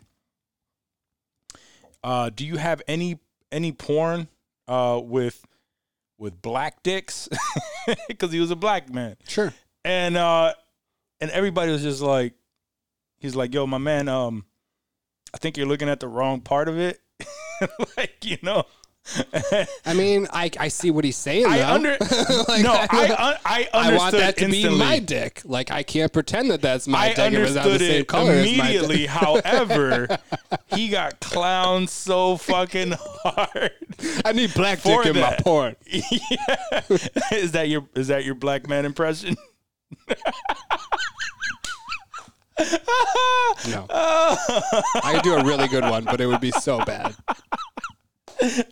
uh, do you have any any porn uh, with with black dicks?" Because he was a black man
Sure.
and uh and everybody was just like he's like yo my man um i think you're looking at the wrong part of it like you know
I mean, I, I see what he's saying.
i
though.
under
Like,
no i un- i understood
I want that to
instantly.
be my dick. Like I can't pretend that that's my
I
dick if it's not the
understood
same
it
color as my dick.
immediately. However, he got clowned so fucking hard.
I need black
for
dick in my
that.
porn.
is that your is that your black man impression?
No. I could do a really good one, but it would be so bad.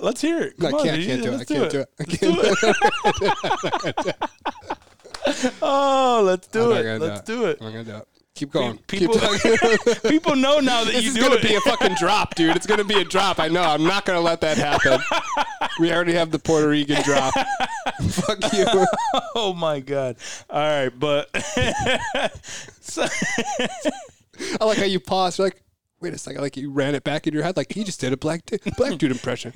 Let's hear it.
I
Come on,
can't,
dude.
can't do it. I
Let's
can't do it. I can't
Oh, let's
I'm
do
not
it.
gonna
Let's
do
do it.
I'm not gonna do it. Keep going.
People,
Keep talking.
people know now that
this
you
is
do
gonna
it.
be a fucking drop, dude. It's gonna be a drop. I know. I'm not gonna let that happen. We already have the Puerto Rican drop. Fuck you.
oh my god! All right, but so,
I like how you paused. You're like, wait a second. Like you ran it back in your head. Like he just did a black dude, black dude impression.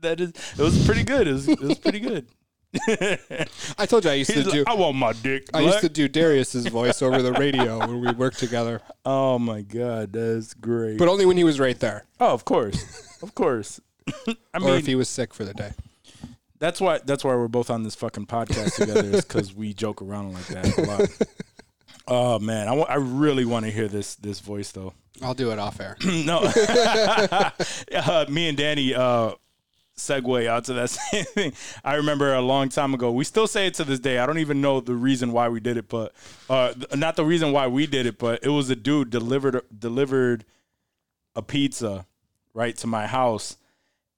that is it was pretty good. It was, it was pretty good.
I told you I used
He's
to
like,
do.
I want my dick.
I used
black."
to do Darius's voice over the radio when we worked together,
Oh my god, that's great.
but only when he was right there,
oh, of course, of course. I
or
mean,
if he was sick for the day.
that's why that's why we're both on this fucking podcast together is because we joke around like that a lot. Oh man, I, wa- I really want to hear this this voice though.
I'll do it off air.
No. uh, me and Danny uh, segue out to that same thing. I remember a long time ago. We still say it to this day. I don't even know the reason why we did it, but uh, th- not the reason why we did it, but it was a dude delivered delivered a pizza right to my house,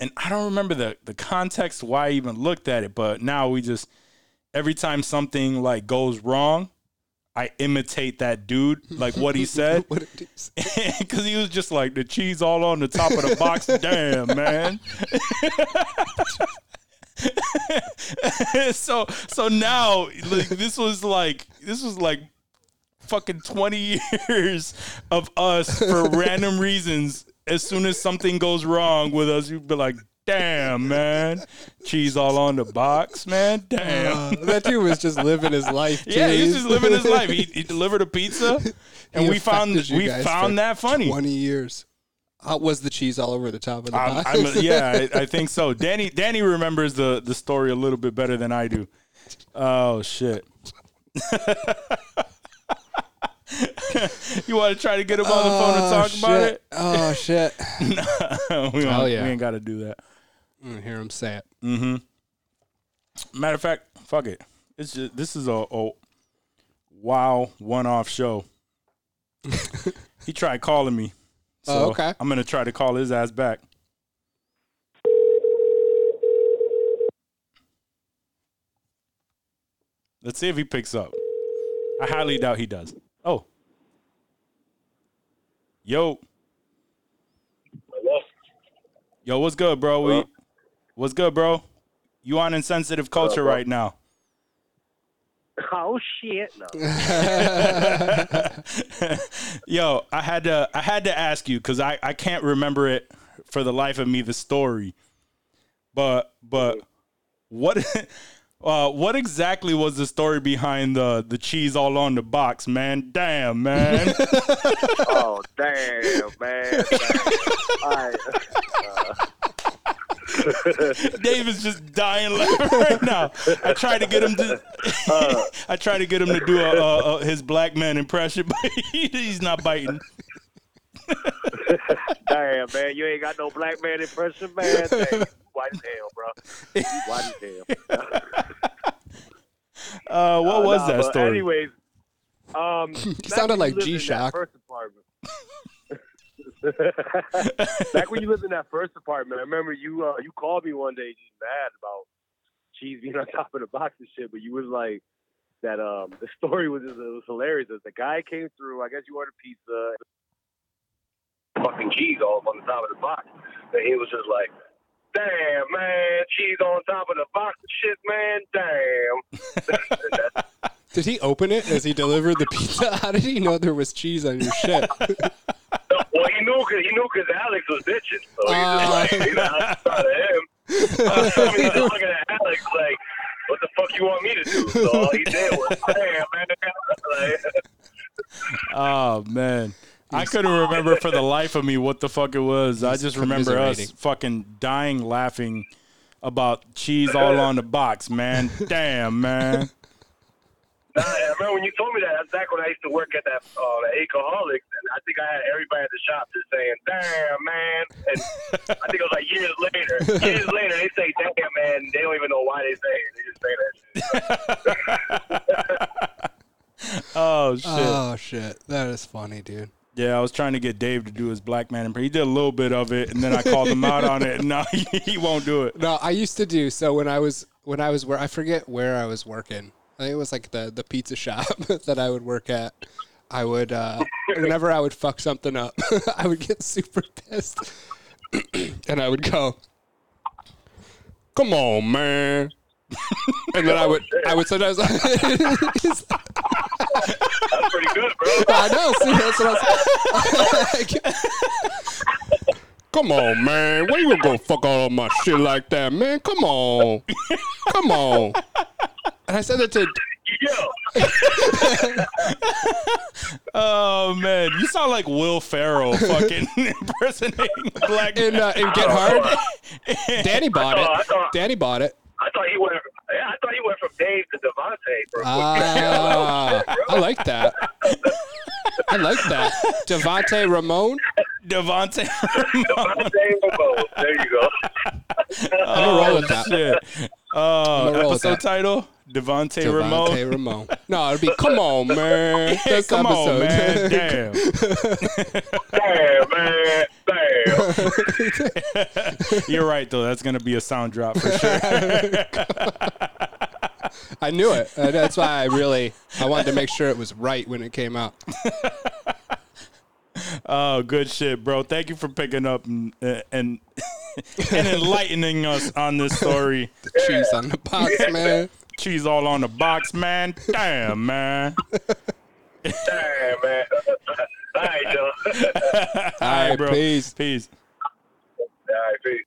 and I don't remember the the context why I even looked at it, but now we just every time something like goes wrong. I imitate that dude, like what he said.
What did he say?
Because he was just like the cheese all on the top of the box. Damn, man. so so now like, this was like this was like fucking 20 years of us for random reasons as soon as something goes wrong with us you'd be like damn man cheese all on the box man damn
Uh, that dude was just living his life.
yeah, he was
Jeez.
just living his life. He, he delivered a pizza, and
He
we found
affected you
we
guys for
found that funny.
Twenty years. How was the cheese all over the top of the
I'm,
box?
I'm yeah, I, I think so. Danny Danny remembers the the story a little bit better than I do. Oh shit. you want to try to get him on the phone and talk about it?
Oh, shit. Oh shit!
we, don't-
Hell yeah.
we ain't got to do that.
I hear him say it.
Matter of fact, fuck it. It's just this is a, a wow one off show. he tried calling me. So
Oh, okay.
I'm gonna try to call his ass back. Let's see if he picks up. I highly doubt he does. Oh. Yo. Yo, what's good, bro? We, what's good, bro? You on insensitive culture right now.
Oh shit! No.
Yo, I had to I had to ask you because I, I can't remember it for the life of me the story. But but what uh, what exactly was the story behind the the cheese all on the box, man? Damn, man.
Oh damn, man! All right.
Dave is just dying laughing right now. I tried to get him to I tried to get him to do a, a, a his black man impression, but he, he's not biting.
Damn, man! You ain't got no black man impression, man. Damn. White as hell, bro. White as hell.
Uh, what was
Nah,
that
but
story?
Anyways, um, back
sounded
when you
like
lived in that
G-Shock.
first apartment. back when you lived in that first apartment, I remember you uh, you called me one day just mad about cheese being on top of the box and shit, but you was like that um the story was just, it was hilarious. That the guy came through, I guess you ordered pizza fucking cheese off on the top of the box. And he was just like, Damn man, cheese on top of the box and shit, man, damn.
Did he open it as he delivered the pizza? How did he know there was cheese on your shit?
Well, he knew cause he knew cause Alex was bitching, so he
Uh.
just like, you know, I thought of him. I mean, he's just looking at Alex like, what the fuck you want me to do? So all he did was, damn, man. Like,
Oh man. I couldn't remember for the life of me what the fuck it was. I just remember us
commiserating.
fucking dying laughing about cheese all on the box, man. Damn, man.
nah, I remember when you told me that. That's back when I used to work at that uh, the Alcoholics, and I think I had everybody at the shop just saying, "Damn, man!" And I think it was like years later. Years later, they say, "Damn, man." and They don't even know why they say it. They just say that shit.
Oh shit.
Uh. Oh shit! That is funny, dude.
Oh, Yeah, I was trying to get Dave to do his black man impression. He did a little bit of it, and then I called him out on it. And now he, he won't do it.
No, I used to do so when I was when I was where I forget where I was working. I think it was like the the pizza shop that I would work at. I would uh, whenever I would fuck something up, I would get super pissed, and I would go, "Come on, man." and then I would, I would sometimes.
That's pretty good, bro.
I know. See, that's what I was Come on, man. Why you gonna fuck all my shit like that, man? Come on. Come on. And I said that to
Yo,
Oh man, you sound like Will Ferrell, fucking impersonating black.
in, uh, in Get Hard. Danny bought
I
it.
thought-
Danny bought it.
I thought he went. Yeah, I thought he went from Dave to Devontae, bro.
Ah, I like that. I like that. Devante Ramon.
Devontae.
Devontae Ramon. There you go.
I'm gonna roll with that.
Shit. Uh,
roll with
episode
that.
title Devontae
Devontae
Ramon.
Ramon. No, it'd be come on, man.
Hey,
This
come on,
episode.
man. Damn.
Damn, man. Damn.
You're right though. That's gonna be a sound drop for sure.
I knew it. And that's why I really I wanted to make sure it was right when it came out.
Oh, good shit, bro. Thank you for picking up and and, and enlightening us on this story.
Cheese on the box, man.
Cheese all on the box, man. Damn, man.
Damn, man. All right, yo. All
All right,
bro.
peace.
Peace.
right, peace.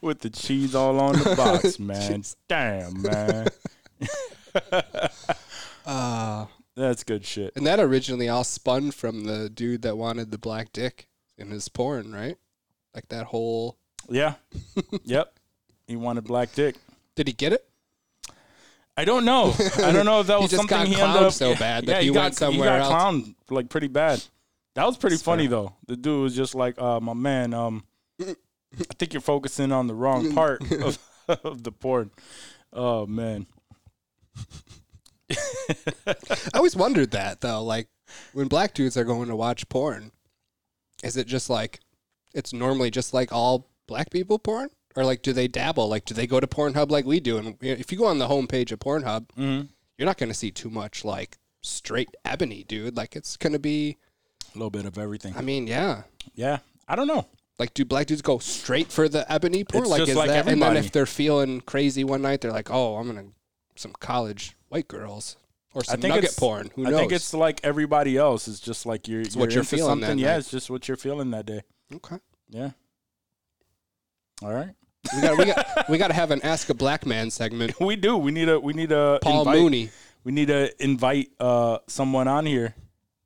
With the cheese all on the box, man. Damn, man. That's good shit.
Uh, And that originally all spun from the dude that wanted the black dick in his porn, right? Like that whole.
Yeah. Yep. He wanted black dick.
Did he get it?
I don't know. I don't know if that was
just
something
got
he ended
clowned
up
so bad that he
got,
went somewhere
He
else.
got clowned like pretty bad. That was pretty funny though. The dude was just like, uh, "My man, um, I think you're focusing on the wrong part of, of the porn." Oh man,
I always wondered that though. Like when black dudes are going to watch porn, is it just like it's normally just like all black people porn? Or like do they dabble? Like do they go to Pornhub like we do? And if you go on the homepage of Pornhub,
Mm-hmm.
you're not gonna see too much like straight ebony, dude. Like it's gonna be
a little bit of everything.
I mean, yeah.
Yeah, I don't know.
Like, do black dudes go straight for the ebony porn?
It's
like,
just
is
like
that? And then
everybody.
if they're feeling crazy one night, they're like, "Oh, I'm gonna some college white girls or some
I think
nugget
it's
porn." Who
I
knows?
think it's like everybody else. It's just like you're,
what you're
into
feeling that
something. Yeah,
night.
it's just what you're feeling that day.
okay.
Yeah. All right.
We got we got we got to have an ask a black man segment.
We do. We need a. We need a.
Paul
invite.
Mooney.
we need to invite uh, someone on here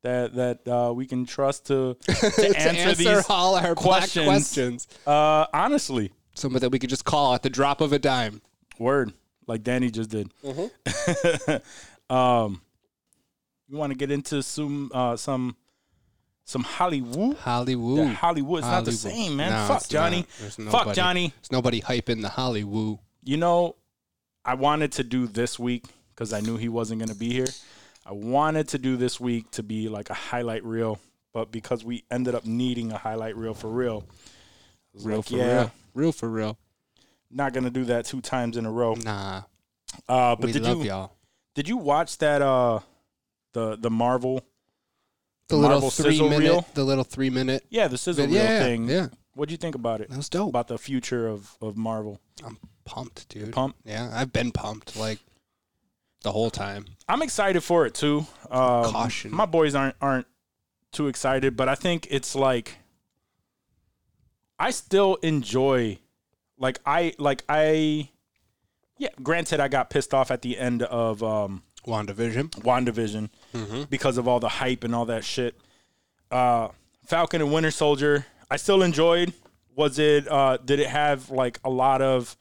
that that uh, we can trust to to,
To
answer, these
all our
questions.
black questions.
Uh, honestly,
Someone that we could just call at the drop of a dime.
word like Danny just did. um, you want to get into some uh, some some Hollywood?
Hollywood.
That Hollywood. It's not the
Hollywood.
same, man.
No,
Fuck
it's
Johnny.
not. There's
Fuck
nobody-
Johnny.
There's nobody hyping the Hollywood.
You know, I wanted to do this week because I knew he wasn't going to be here. I wanted to do this week to be like a highlight reel, but because we ended up needing a highlight reel for real, I was like,
for
yeah,
real. Real for real.
not going to do that two times in a row.
Nah.
Uh, but
we
did
love
you
all
did you watch that uh the the Marvel?
The little
Marvel
three
sizzle
minute.
reel?
The little three minute.
Yeah, the sizzle
But
reel
yeah,
thing.
yeah.
What'd you think about it?
That was dope.
About the future of of Marvel.
I'm pumped, dude.
pumped?
Yeah, I've been pumped like the whole time.
I'm excited for it too. Um,
Caution.
My boys aren't aren't too excited, but I think it's like I still enjoy. Like I like I. Yeah, granted, I got pissed off at the end of um,
WandaVision.
WandaVision because of all the hype and all that shit. Uh, Falcon and Winter Soldier, I still enjoyed. Was it? Uh, did it have like a lot of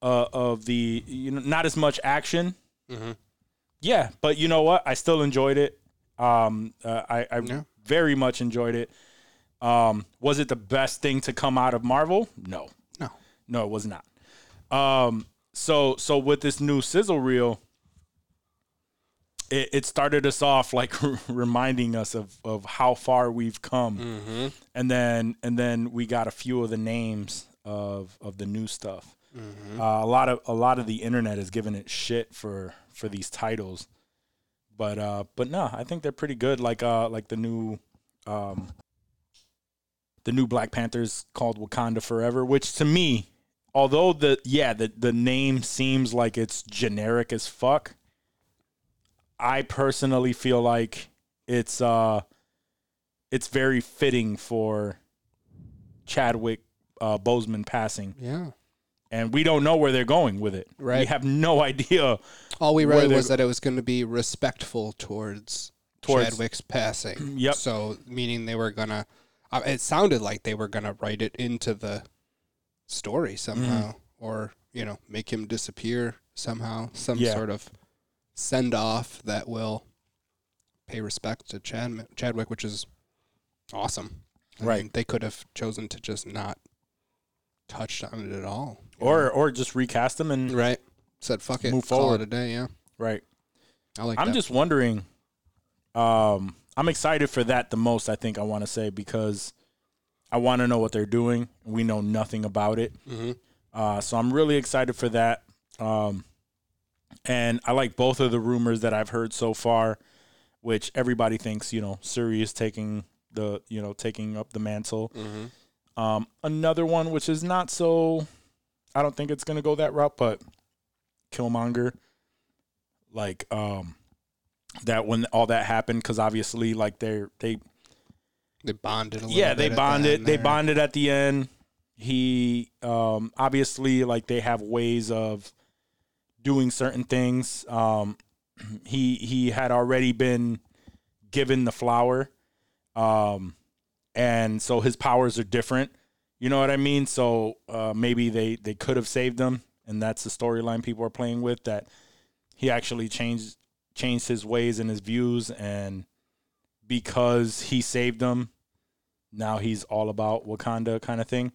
uh, of the you know not as much action? Yeah, but you know what? I still enjoyed it. Um, uh, I, I
Yeah.
very much enjoyed it. Um, was it the best thing to come out of Marvel? No,
No.
no, it was not. Um, so so with this new sizzle reel, it, it started us off like reminding us of, of how far we've come and then and then we got a few of the names of of the new stuff uh, a lot of a lot of the internet is giving it shit for for these titles but uh but no i think they're pretty good like uh like the new um the new black panthers called wakanda forever which to me although the yeah the, the name seems like it's generic as fuck i personally feel like it's uh it's very fitting for chadwick uh bozeman passing
Yeah.
and we don't know where they're going with it we
Right.
have no idea
All we read
they-
was that it was going to be respectful towards,
Towards-
Chadwick's passing.
Yep.
So meaning they were gonna. Uh, it sounded like they were gonna write it into the
Mm-hmm.
story somehow, or you know, make him disappear somehow, some
Yeah.
sort of send off that will pay respect to Chad, Chadwick, which is awesome. I
Right.
mean, they could have chosen to just not touch on it at all.
or or just recast them and
Right. Said fuck it.
Move
call
forward.
it a day. Yeah.
right
I like.
I'm
that.
just wondering. Um, I'm excited for that the most. I think I want to say because I want to know what they're doing. We know nothing about it,
Mm-hmm.
uh, so I'm really excited for that. Um, and I like both of the rumors that I've heard so far, which everybody thinks you know Suri is taking the you know taking up the mantle.
Mm-hmm.
Um, another one which is not so. I don't think it's gonna go that route, but Killmonger like um that when all that happened because obviously like they're they
They bonded a little
yeah
bit
they
at the
bonded
end
they
there.
bonded at the end he um obviously like they have ways of doing certain things um he he had already been given the flower um and so his powers are different you know what i mean so uh maybe they they could have saved him and that's the storyline people are playing with that he actually changed changed his ways and his views and because he saved them now he's all about wakanda kind of thing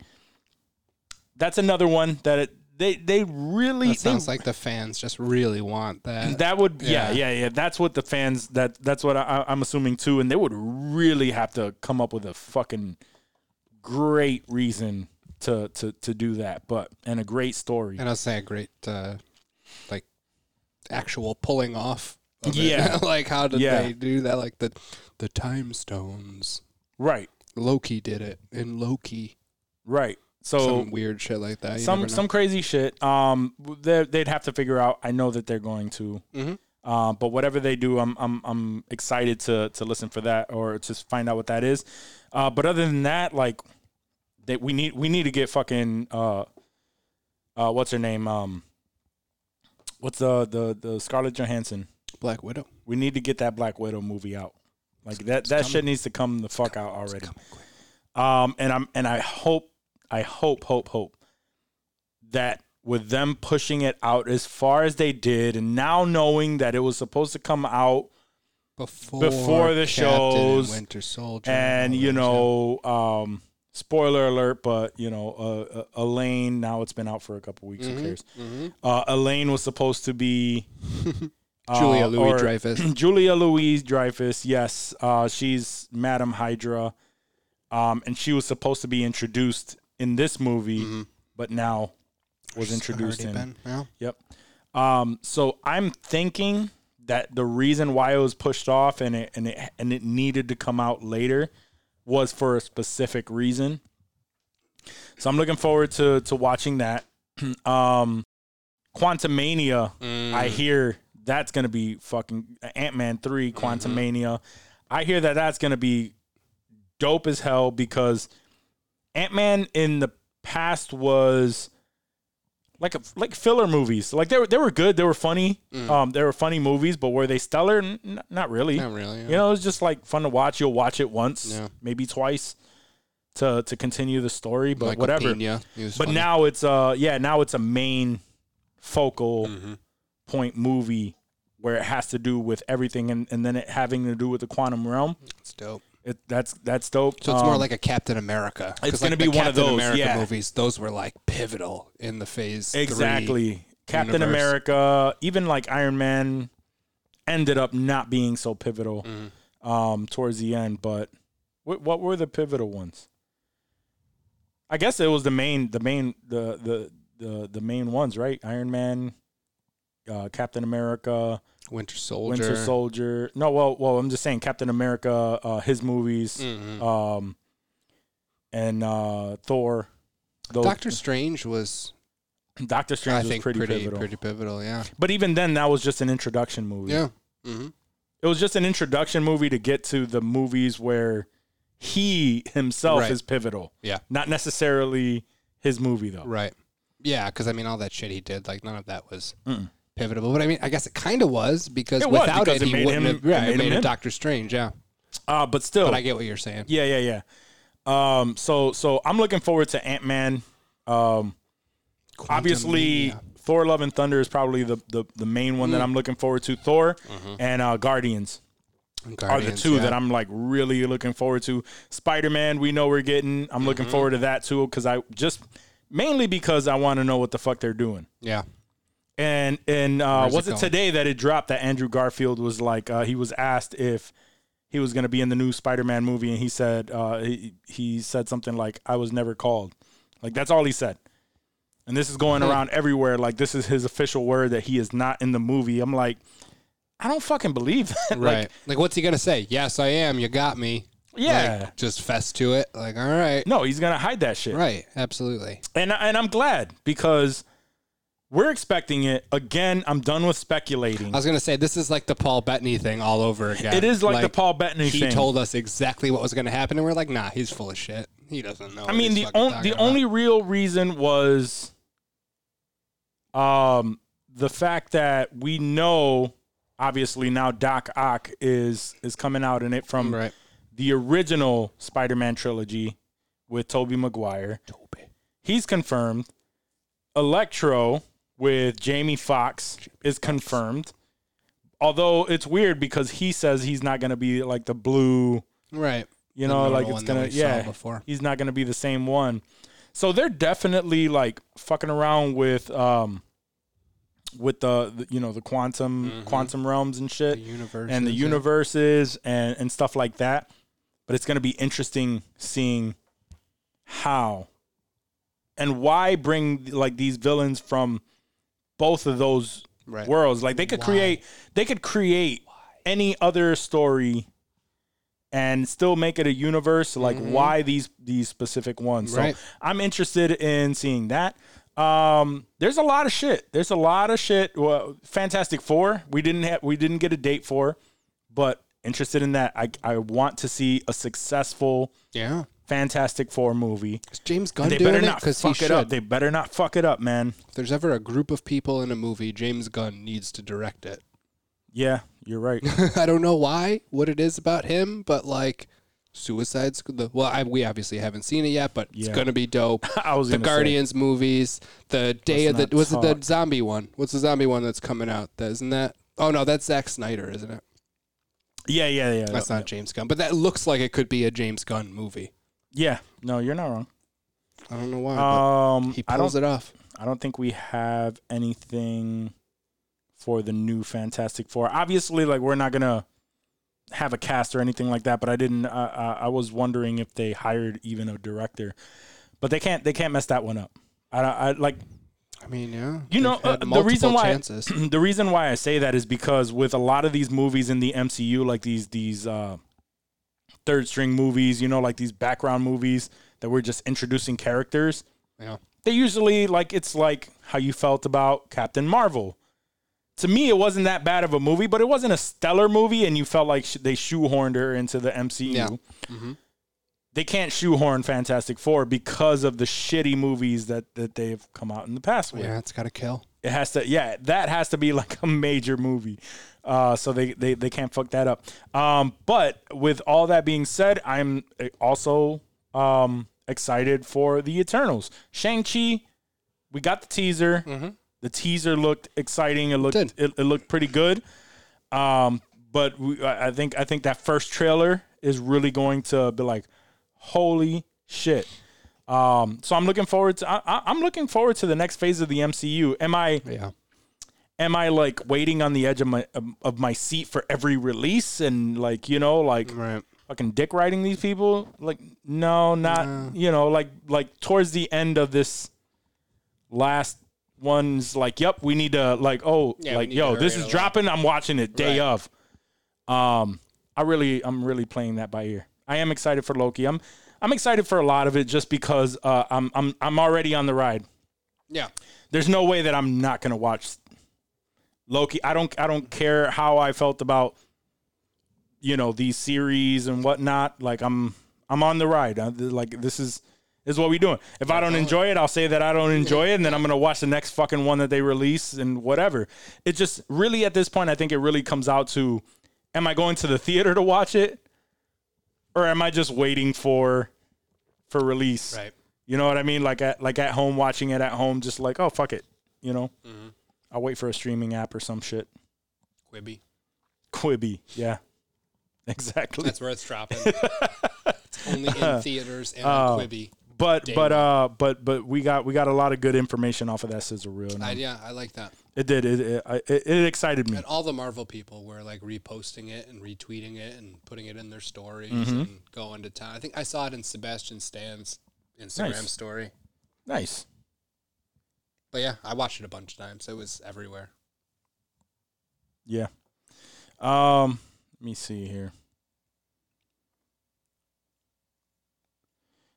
that's another one that it, they they really
That sounds
they-
like the fans just really want that.
that would yeah. yeah
Yeah.
yeah that's what the fans that that's what I, I- i'm assuming too and they would really have to come up with a fucking great reason to to to do that but and a great story
and I'll say a great, uh, like, actual pulling off. of it.
Yeah.
like how did
Yeah.
they do that? Like the the time stones.
right
Loki did it in Loki.
right so
some weird shit like that. You
some
never know.
some crazy shit. Um, they- they'd have to figure out. I know that they're going to.
Mm-hmm.
Uh, but whatever they do, I'm I'm I'm excited to to listen for that or just find out what that is. Uh, but other than that, like that we need we need to get fucking uh, uh, what's her name? Um, what's the the the Scarlett Johansson?
Black Widow.
We need to get that Black Widow movie out. Like that that shit needs to come the fuck out already. Um and I'm and I hope I hope hope hope that with them pushing it out as far as they did and now knowing that it was supposed to come out
Before,
Before the
Captain and
shows
Winter Soldier,
and
all
you
that
know um spoiler alert but you know uh, uh, Elaine now it's been out for a couple weeks who cares. Uh Elaine was supposed to be
shit. Julia
uh,
Louis
or-
Dreyfus.
Julia Louise Dreyfus, yes, uh, she's Madam Hydra, um, and she was supposed to be introduced in this movie,
Mm-hmm.
but now was introduced in.
Yeah.
Yep. Um, so I'm thinking that the reason why it was pushed off and it and it and it needed to come out later was for a specific reason. So I'm looking forward to to watching that. um Quantumania, I hear that's going to be fucking Ant-Man 3 Quantumania. I hear that that's going to be dope as hell because Ant-Man in the past was like a, like filler movies. Like they were they were good. They were funny. Um, they were funny movies, but were they stellar? N- n- not really.
Not really.
You know, it was just like fun to watch. You'll watch it once,
Yeah.
maybe twice, to to continue the story. But
Michael
whatever.
Pena, he was
But
funny.
now it's uh yeah now it's a main focal
Mm-hmm.
point movie where it has to do with everything and, and then it having to do with the quantum realm.
it's dope.
It, that's that's dope.
So it's more
Um,
like a Captain America. 'Cause,
it's
like,
gonna be
the
one of
Captain
those,
America
yeah.
movies. Those were like pivotal in the phase. three.
Exactly. Captain
universe.
America, even like Iron Man, ended up not being so pivotal
Mm-hmm.
um, towards the end. But what, what were the pivotal ones? I guess it was the main, the main, the the the the main ones, right? Iron Man, uh, Captain America,
Winter Soldier.
Winter Soldier. No, well, well, I'm just saying Captain America, uh, his movies,
Mm-hmm.
um, and uh, Thor. Those-
Doctor Strange was,
Doctor Strange
I
was
think,
pretty,
pretty pretty
pivotal.
pivotal. yeah.
But even then, that was just an introduction movie.
Yeah. hmm
It was just an introduction movie to get to the movies where he himself
Right.
is pivotal.
Yeah.
Not necessarily his movie, though.
Right. Yeah, because I mean, all that shit he did, like none of that was pivotal. But I mean, I guess it kind of was because
It was,
without
because
it,
it
he
made
wouldn't
him-
have. Yeah,
it
it
made
made
him
it
him.
Doctor Strange. Yeah,
Uh, but still.
but I get what you're saying.
Yeah, yeah, yeah. Um, so, so I'm looking forward to Ant Man. Um, obviously,
Quantumania.
Thor: Love and Thunder is probably the the, the main one
Mm.
that I'm looking forward to. Thor
Mm-hmm.
and uh, Guardians,
And
are the
Guardians,
two
yeah.
that I'm like really looking forward to. Spider Man, we know we're getting. I'm looking
Mm-hmm.
forward to that too because I just mainly because I want to know what the fuck they're doing.
Yeah,
And and uh,
Where's it
was it,
going?
today that it dropped that Andrew Garfield was like uh, he was asked if he was going to be in the new Spider-Man movie, and he said uh, he, he said something like I was never called, like that's all he said. And this is going
Mm-hmm.
around everywhere. Like this is his official word that he is not in the movie. I'm like, I don't fucking believe that.
right.
like,
Like, what's he gonna say? Yes, I am. You got me.
yeah.
Like, just fess to it. Like, all right,
no, he's gonna hide that shit.
right, absolutely.
and and I'm glad because we're expecting it again. I'm done with speculating.
I was gonna say this is like the Paul Bettany thing all over again.
It is like the Paul Bettany
he
thing.
told us exactly what was gonna happen, and we're like, nah, he's full of shit. He doesn't know.
I mean, the on, the only real reason was, um, the fact that we know, obviously now Doc Ock is is coming out in it from
right.
the original Spider-Man trilogy with Tobey Maguire. He's confirmed. Electro with Jamie Foxx is confirmed. Although it's weird because he says he's not going to be like the blue,
Right.
you
The
know, like
normal
it's
one that
going
we
to
saw
yeah,
before.
he's not going to be the same one. So they're definitely like fucking around with um with the, the you know, the quantum quantum realms and shit
Mm-hmm. The universe
and the
is it.
universes and and stuff like that. But it's going to be interesting seeing how and why bring like these villains from both of those
Right.
worlds. Like they could create they could create any other story and still make it a universe like why these these specific ones.
Mm-hmm. Right.
So I'm interested in seeing that. Um, there's a lot of shit. There's a lot of shit. Well, Fantastic Four. We didn't have. We didn't get a date for, but interested in that. I I want to see a successful
Yeah.
Fantastic Four movie.
Is James Gunn
they
doing
better
it?
not
Because he
fuck it
should.
up. They better not fuck it up, man.
if there's ever a group of people in a movie, James Gunn needs to direct it.
Yeah, you're right.
I don't know why, what it is about him, but like Suicide Squad. The, well, I, we obviously haven't seen it yet, but it's
Yeah.
gonna be dope.
I was
the
gonna say.
Guardians movies, the Day
Let's
of the
not
was it the
talk.
zombie one? What's the zombie one that's coming out? That isn't that. Oh no, that's Zack Snyder, isn't it?
Yeah, yeah, yeah.
That's not James Gunn, but that looks like it could be a James Gunn movie.
Yeah, no, you're not wrong.
I don't know why. but
Um,
he
I don't
pulls it off.
I don't think we have anything for the new Fantastic Four. Obviously, like we're not gonna have a cast or anything like that. But I didn't. Uh, uh, I was wondering if they hired even a director, but they can't. They can't mess that one up. I, don't- I like
I mean, yeah.
you know
they've
uh,
had
the
multiple
reason why
chances.
the reason why I say that is because with a lot of these movies in the MCU, like these these uh, third string movies, you know, like these background movies that we're just introducing characters
Yeah.
they usually like it's like how you felt about Captain Marvel. To me, it wasn't that bad of a movie, but it wasn't a stellar movie, and you felt like sh- they shoehorned her into the MCU.
Yeah. Mm-hmm.
They can't shoehorn Fantastic Four because of the shitty movies that that they've come out in the past with.
Yeah, it's got to kill.
It has to, yeah, that has to be like a major movie. Uh, so they, they they can't fuck that up. Um, but with all that being said, I'm eh, also um excited for the Eternals. Shang Chi, we got the teaser. The teaser looked exciting. It looked
did.
it, it, looked pretty good. Um, but we, I I think I think that first trailer is really going to be like, holy shit. Um, so I'm looking forward to I, I, I'm looking forward to the next phase of the MCU. Am I
Yeah.
am I like waiting on the edge of my of my seat for every release and like you know like
Right.
fucking dick riding these people? Like no, not you know like like towards the end of this last one's like yep, we need to like oh
Yeah, we
like
need to
yo
hurry
this
it
is
along.
dropping. I'm watching it day
Right.
of. Um, I really I'm really playing that by ear. I am excited for Loki. I'm I'm excited for a lot of it just because uh, I'm I'm I'm already on the ride
Yeah.
there's no way that I'm not gonna watch Loki. I don't I don't care how I felt about you know these series and whatnot. Like I'm I'm on the ride. I, like this is this is what we doing. If I don't enjoy it, I'll say that I don't enjoy it, and then I'm gonna watch the next fucking one that they release and whatever. It just really at this point, I think it really comes out to: Am I going to the theater to watch it, or am I just waiting for for release?
Right.
You know what I mean? Like at like at home watching it at home, just like oh fuck it, you know.
Mm-hmm.
I'll wait for a streaming app or some shit.
Quibby.
Quibi, yeah, exactly.
That's where it's dropping. it's only in theaters and
Oh.
on Quibi.
but but
one.
uh but but we got we got a lot of good information off of that sizzle reel. and
I, yeah, I like that.
it did it it, I- it it excited me.
And all the Marvel people were like reposting it and retweeting it and putting it in their stories
Mm-hmm.
and going to town. I think I saw it in Sebastian Stan's Instagram
Nice.
story.
Nice.
But yeah, I watched it a bunch of times. It was everywhere.
Yeah. Um, let me see here.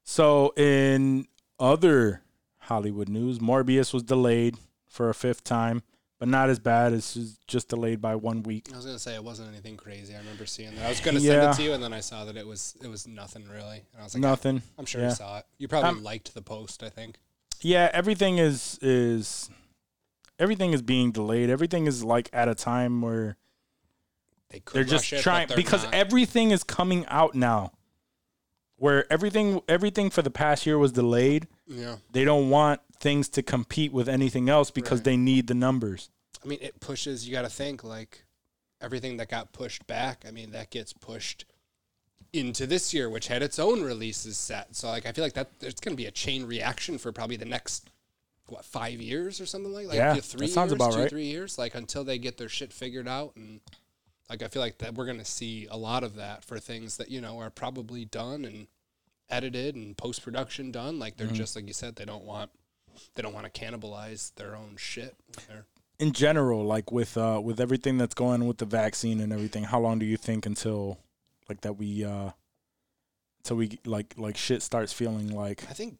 So in other Hollywood news, Morbius was delayed for a fifth time, but not as bad. It's just- just delayed by one week.
I was gonna say it wasn't anything crazy. I remember seeing that. I was gonna send
Yeah.
it to you, and then I saw that it was it was nothing really. And I was like,
Nothing.
I'm sure
Yeah.
you saw it. You probably
I'm-
liked the post. I think.
yeah everything is is everything is being delayed everything is like at a time where
They could
they're
rush
just
it, but
trying
they're
because
not.
everything is coming out now where everything everything for the past year was delayed
yeah.
they don't want things to compete with anything else because they need the numbers
I mean, it pushes. You got to think like everything that got pushed back. I mean, that gets pushed into this year, which had its own releases set. So like, I feel like that there's going to be a chain reaction for probably the next what five years or something like like
Yeah,
yeah, three
that sounds
years,
about
two
right.
three years, like until they get their shit figured out and. Like I feel like that we're gonna see a lot of that for things that you know are probably done and edited and post production done. Like
Mm-hmm.
they're just like you said, they don't want they don't want to cannibalize their own shit. when they're-
in general like with uh with everything that's going on with the vaccine and everything how long do you think until like that we uh until we like like shit starts feeling like
I think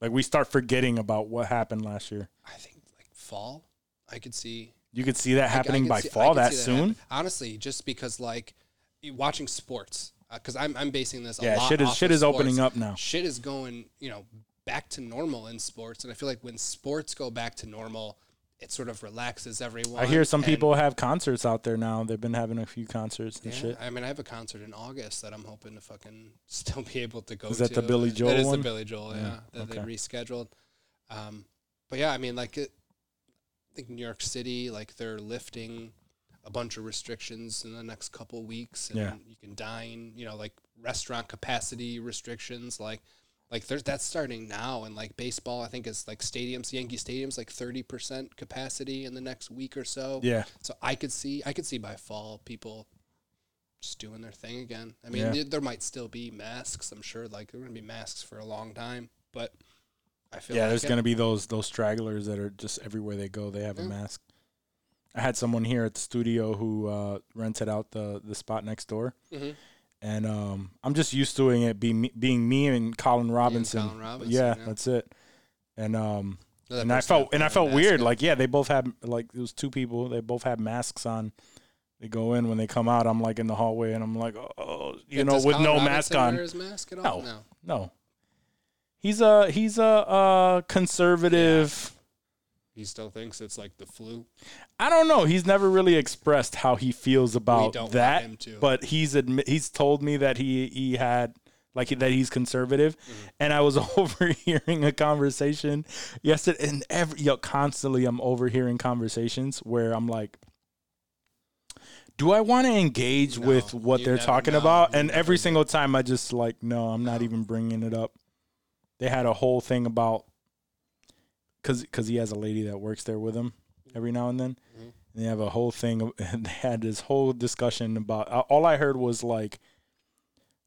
like we start forgetting about what happened last year
I think like fall. I could see
You could see that
I- I
happening
could
by
see- I
fall
could
that,
see
soon.
happen. Honestly, just because like y- watching sports, because I'm I'm basing this.
Yeah,
a lot
shit is-
off
shit
of
is opening
sports.
up now.
Shit is going you know back to normal in sports, and I feel like when sports go back to normal, it sort of relaxes everyone.
I hear some
and-
people have concerts out there now. They've been having a few concerts and
Yeah,
shit.
I mean, I have a concert in August that I'm hoping to fucking still be able to go.
Is that
to.
the Billy Joel
That is
one?
the Billy Joel. Yeah, that they
okay.
rescheduled. Um, but yeah, I mean, like, it, I think New York City, like they're lifting a bunch of restrictions in the next couple weeks, and
Yeah.
you can dine. You know, like restaurant capacity restrictions, like. Like there's that's starting now, and like baseball, I think is like stadiums, Yankee Stadium's like thirty percent capacity in the next week or so.
Yeah.
So I could see, I could see by fall people just doing their thing again. I mean,
Yeah.
there, there might still be masks. I'm sure, like there are gonna be masks for a long time, but I feel
Yeah,
like
there's
it-
gonna be those those stragglers that are just everywhere they go. They have a mask. I had someone here at the studio who uh, rented out the the spot next door,
Mhm.
and um, I'm just used to it be me, being me and Colin Robinson.
Colin Robinson,
yeah,
yeah.
that's it. And um,
Another
and I
person
felt
that
and I
wore a
felt
mask
weird.
and-
Like, yeah, they both had like it was two people. They both had masks on. They go in when they come out. I'm like in the hallway, and I'm like, oh, you know,
does
with
Colin
no
Robinson
mask on.
Wear his mask at
No,
all? No.
no. He's a he's a, uh conservative.
He still thinks it's like the flu.
I don't know. He's never really expressed how he feels about
don't want
that.
him to.
But he's admi- he's told me that he he had like that he's conservative,
Mm-hmm.
and I was overhearing a conversation yesterday. And every yo constantly, I'm overhearing conversations where I'm like. Do I want to engage with
No,
what
you
they're
never
talking
know.
about?
You
And
never
every
do.
single time, I just like, no, I'm not even bringing it up. They had a whole thing about because because he has a lady that works there with him,
Mm-hmm.
every now and then. And they have a whole thing. of- And they had this whole discussion about. a- All I heard was like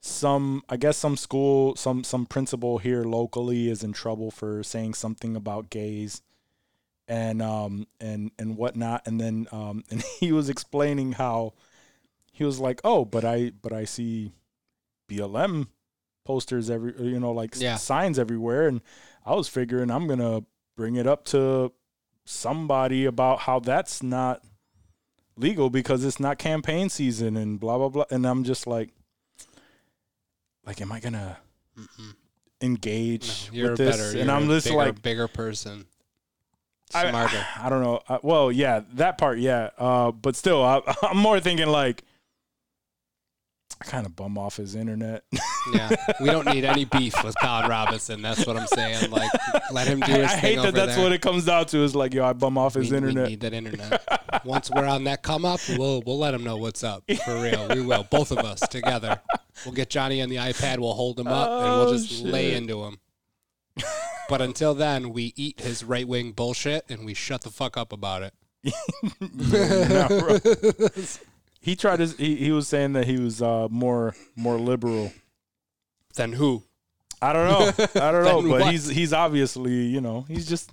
some. I guess some school, some some principal here locally is in trouble for saying something about gays, and um and and whatnot. And then um and he was explaining how he was like, oh, but I but I see BLM posters every or, you know like s-
Yeah.
signs everywhere and i was figuring i'm gonna bring it up to somebody about how that's not legal because it's not campaign season and blah blah blah and i'm just like like am i gonna engage
You're
with
better.
this and
you're
i'm
a
just
bigger,
like
bigger person,
I-
smarter.
I, don't know. Uh, well, yeah, that part, yeah. Uh, but still, I, I'm more thinking like, I kind of bum off his internet.
yeah, we don't need any beef with Colin Robinson. That's what I'm saying. Like, let him do
I, I
his thing
hate
over
that. That's
there.
what it comes down to. Is like, yo, I bum off his
we, we
internet.
need that internet. Once we're on that come up, we'll we'll let him know what's up for real. We will, both of us together. We'll get Johnny on the iPad. We'll hold him up, and
Oh,
we'll just lay
shit.
into him. But until then, we eat his right wing bullshit, and we shut the fuck up about it.
Nah, bro. he tried his. He, he was saying that he was uh, more more liberal.
Then who?
I don't know. I don't know.
Then
but
what?
he's he's obviously you know he's just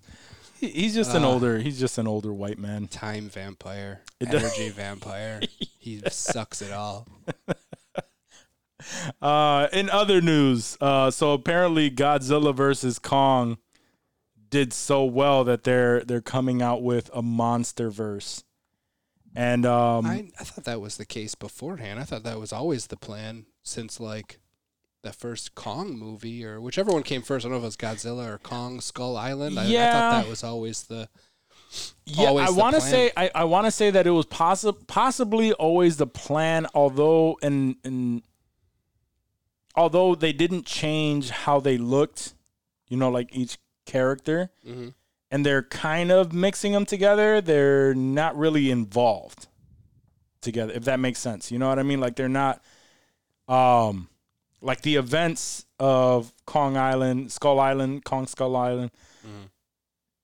he- he's just
Uh.
an older he's just an older white man.
Time vampire,
does-
energy vampire. He sucks it all.
Uh, in other news, uh, so apparently Godzilla versus Kong did so well that they're they're coming out with a monster verse, and um,
I, I thought that was the case beforehand. I thought that was always the plan since like the first Kong movie or whichever one came first. I don't know if it was Godzilla or Kong Skull Island. I, I
Yeah.
thought that was always the
yeah,
always
I
the
want to
plan.
say I, I want to say that it was possible possibly always the plan, although and and although they didn't change how they looked, you know, like each character,
Mm-hmm.
and they're kind of mixing them together. They're not really involved together, if that makes sense. You know what I mean? Like they're not, um, like the events of Kong Island, Skull Island, Kong Skull Island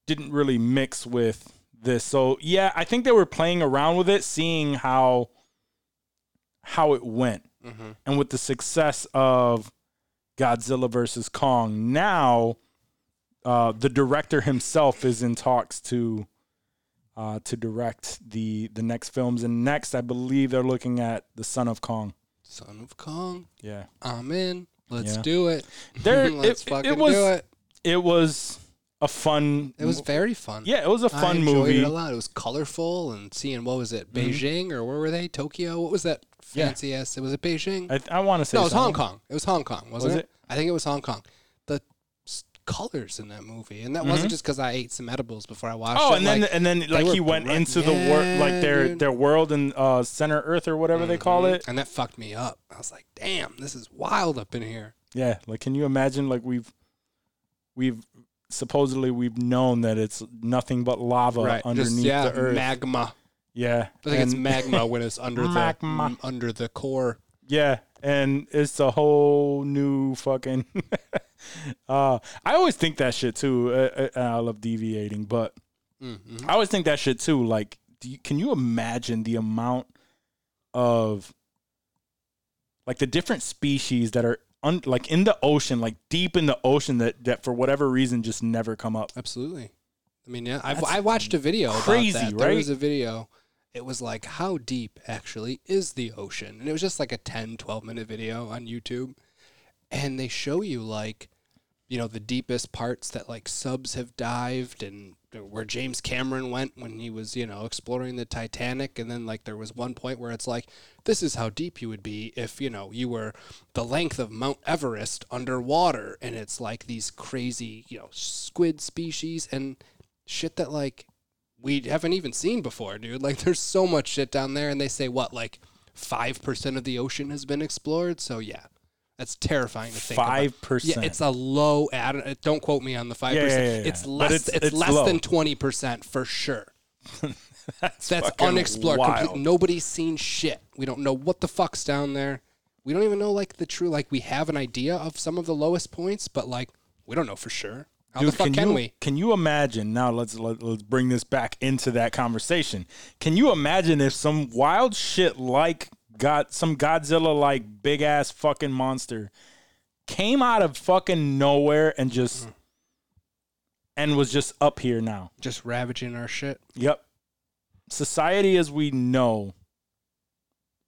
didn't really mix with this. So yeah, I think they were playing around with it, seeing how how it went, and with the success of Godzilla versus Kong, now uh, the director himself is in talks to uh, to direct the the next films, and next I believe they're looking at the Son of Kong.
Son of Kong.
Yeah,
I'm in. Let's
Yeah.
do it.
There-
Let's
it- it- it
fucking
was-
do it.
it was a fun.
It was very fun.
yeah, it was a
I
fun
enjoyed
movie. Mm-hmm.
It a lot. It was colorful and seeing what was it, Beijing or where were they? Tokyo. What was that
Yeah.
fancy ass? It was it Beijing.
I, I want to say
No, it was
so.
Hong Kong. It was Hong Kong, wasn't
Was
it?
it?
I think it was Hong Kong. The s- colors in that movie, and that wasn't just because I ate some edibles before I watched
Mm-hmm. Oh,
it.
and then
like,
and then
they
like
were
he went
bright-
into the world, like their
Yeah, dude. Mm-hmm.
their world and uh, center Earth or whatever they call it.
and that fucked me up. I was like, "Damn, this is wild up in here."
Yeah, like can you imagine? Like we've we've supposedly we've known that it's nothing but lava underneath
just, yeah,
the Earth.
magma.
yeah,
I think it's
and-
magma when it's under the
Magma.
mm, under the core.
Yeah, and it's a whole new fucking. uh, I always think that shit too. Uh, uh, I love deviating, but I always think that shit too. Like, do you, can you imagine the amount of like the different species that are un, like in the ocean, like deep in the ocean that that for whatever reason just never come up?
Absolutely. I mean, yeah, I've, I watched a video.
crazy,
about that. There
right?
was a video. It was like, how deep actually is the ocean? And it was just like a 10, 12 minute video on YouTube. And they show you like, you know, the deepest parts that like subs have dived and where James Cameron went when he was, you know, exploring the Titanic. And then like there was one point where it's like, this is how deep you would be if, you know, you were the length of Mount Everest underwater. And it's like these crazy, you know, squid species and shit that like we haven't even seen before, dude. Like there's so much shit down there and they say what, like five percent of the ocean has been explored. So yeah. That's terrifying to think about.
5%.
Yeah, it's a low add. Don't quote me on the five
Yeah, yeah,
percent.
yeah, yeah.
It's
But
less. It's,
it's- it's
less
low.
than twenty percent for sure.
That's,
That's
fucking
unexplored. Complete-
wild.
nobody's seen shit. We don't know what the fuck's down there. We don't even know like the true. Like we have an idea of some of the lowest points, but like we don't know for sure. How the fuck can,
you,
we?
Can you imagine? Now let's let, let's bring this back into that conversation. Can you imagine if some wild shit like got some Godzilla like big ass fucking monster came out of fucking nowhere and just and was just up here now?
Just ravaging our shit.
Yep. Society as we know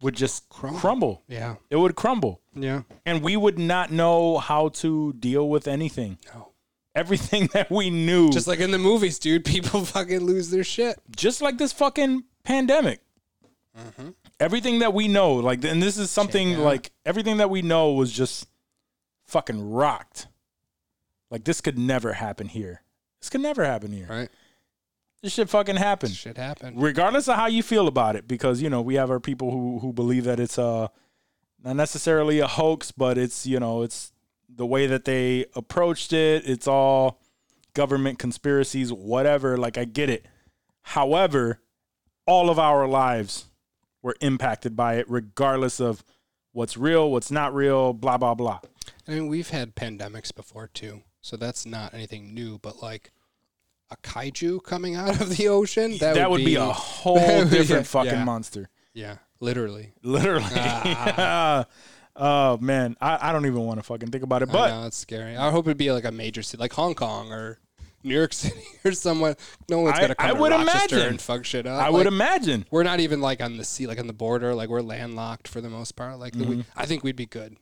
would just
Crumble.
crumble.
Yeah.
It would crumble
Yeah.
and we would not know how to deal with anything.
No.
Everything that we knew,
Just
just like,
like in the movies, dude, people fucking lose their shit.
this fucking pandemic. Everything that we know, like, and this is something
Yeah.
like everything that we know was just fucking rocked. Like this could never happen here. This could never happen here.
Right?
This shit fucking happened.
Shit happened.
regardless of how you feel about it, because you know we have our people who who believe that it's uh not necessarily a hoax, but it's you know it's the way that they approached it. It's all government conspiracies, whatever. Like I get it. However, all of our lives were impacted by it, regardless of what's real, what's not real, blah blah blah.
I mean, we've had pandemics before too, so that's not anything new. But like a kaiju coming out of the ocean, that,
That, would be, a
that
whole
would-
different
yeah,
fucking
yeah.
monster.
Yeah, literally.
Literally. oh man, I, I don't even want to fucking think about it.
But
But
Ah. I know, it's scary. I hope it'd be like a major city, like Hong Kong or New York City or someone. No one's
I-
gonna come
I
to
would
Rochester
imagine.
and fuck shit up.
I would
Like,
imagine.
We're not even like on the sea, like on the border. Like we're landlocked for the most part. Like
Mm-hmm.
the- we, I think we'd be good.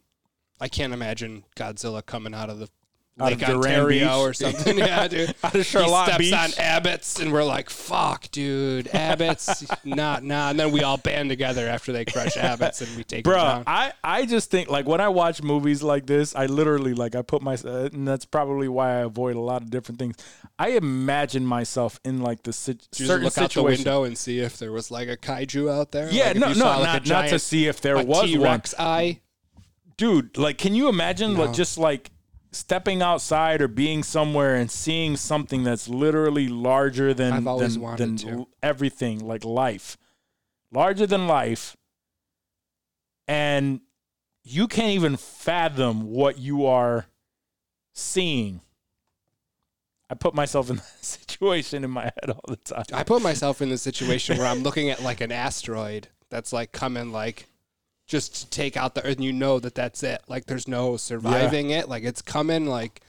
I can't imagine Godzilla coming out of the
Out of
Lake
Durand
Ontario
Beach.
or something. yeah, dude.
Out of Charlotte
he steps
Beach.
on Abbott's and we're like, "Fuck, dude, Abbott's not nah." And then we all band together after they crush Abbott's and we take him
Bruh,
down.
I, I just think like when I watch movies like this, I literally like I put my uh, and that's probably why I avoid a lot of different things. I imagine myself in like the sit-
You
certain
just look out the
situation.
window and see if there was like a kaiju out there.
Yeah,
Like, if
no,
you
no,
saw, like, a
not, not to
giant-
see if there
a
was one.
T-Rex eye.
dude like can you imagine like just like stepping outside or being somewhere and seeing something that's literally larger than
I've always
than,
wanted
than
to.
l- everything like life larger than life and you can't even fathom what you are seeing i put myself in that situation in my head all the time
I put myself in the situation where I'm looking at like an asteroid that's like coming like just to take out the earth and you know that that's it. Like there's no surviving it. Like it's coming like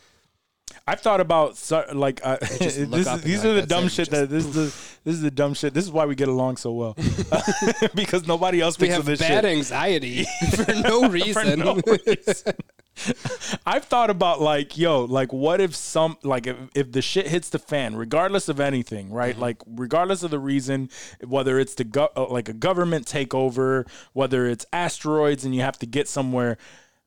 I've thought about so- like uh,
just look
this,
up and
these
like,
are the
that's
dumb
it,
shit
just
that this is the, this is the dumb shit. This is why we get along so well because nobody else
we
thinks of
have
this
bad
shit.
anxiety for no reason.
no reason. I've thought about like, yo, like, what if some, like, if, if the shit hits the fan, regardless of anything, right? Like, regardless of the reason, whether it's the go- uh, like a government takeover, whether it's asteroids and you have to get somewhere.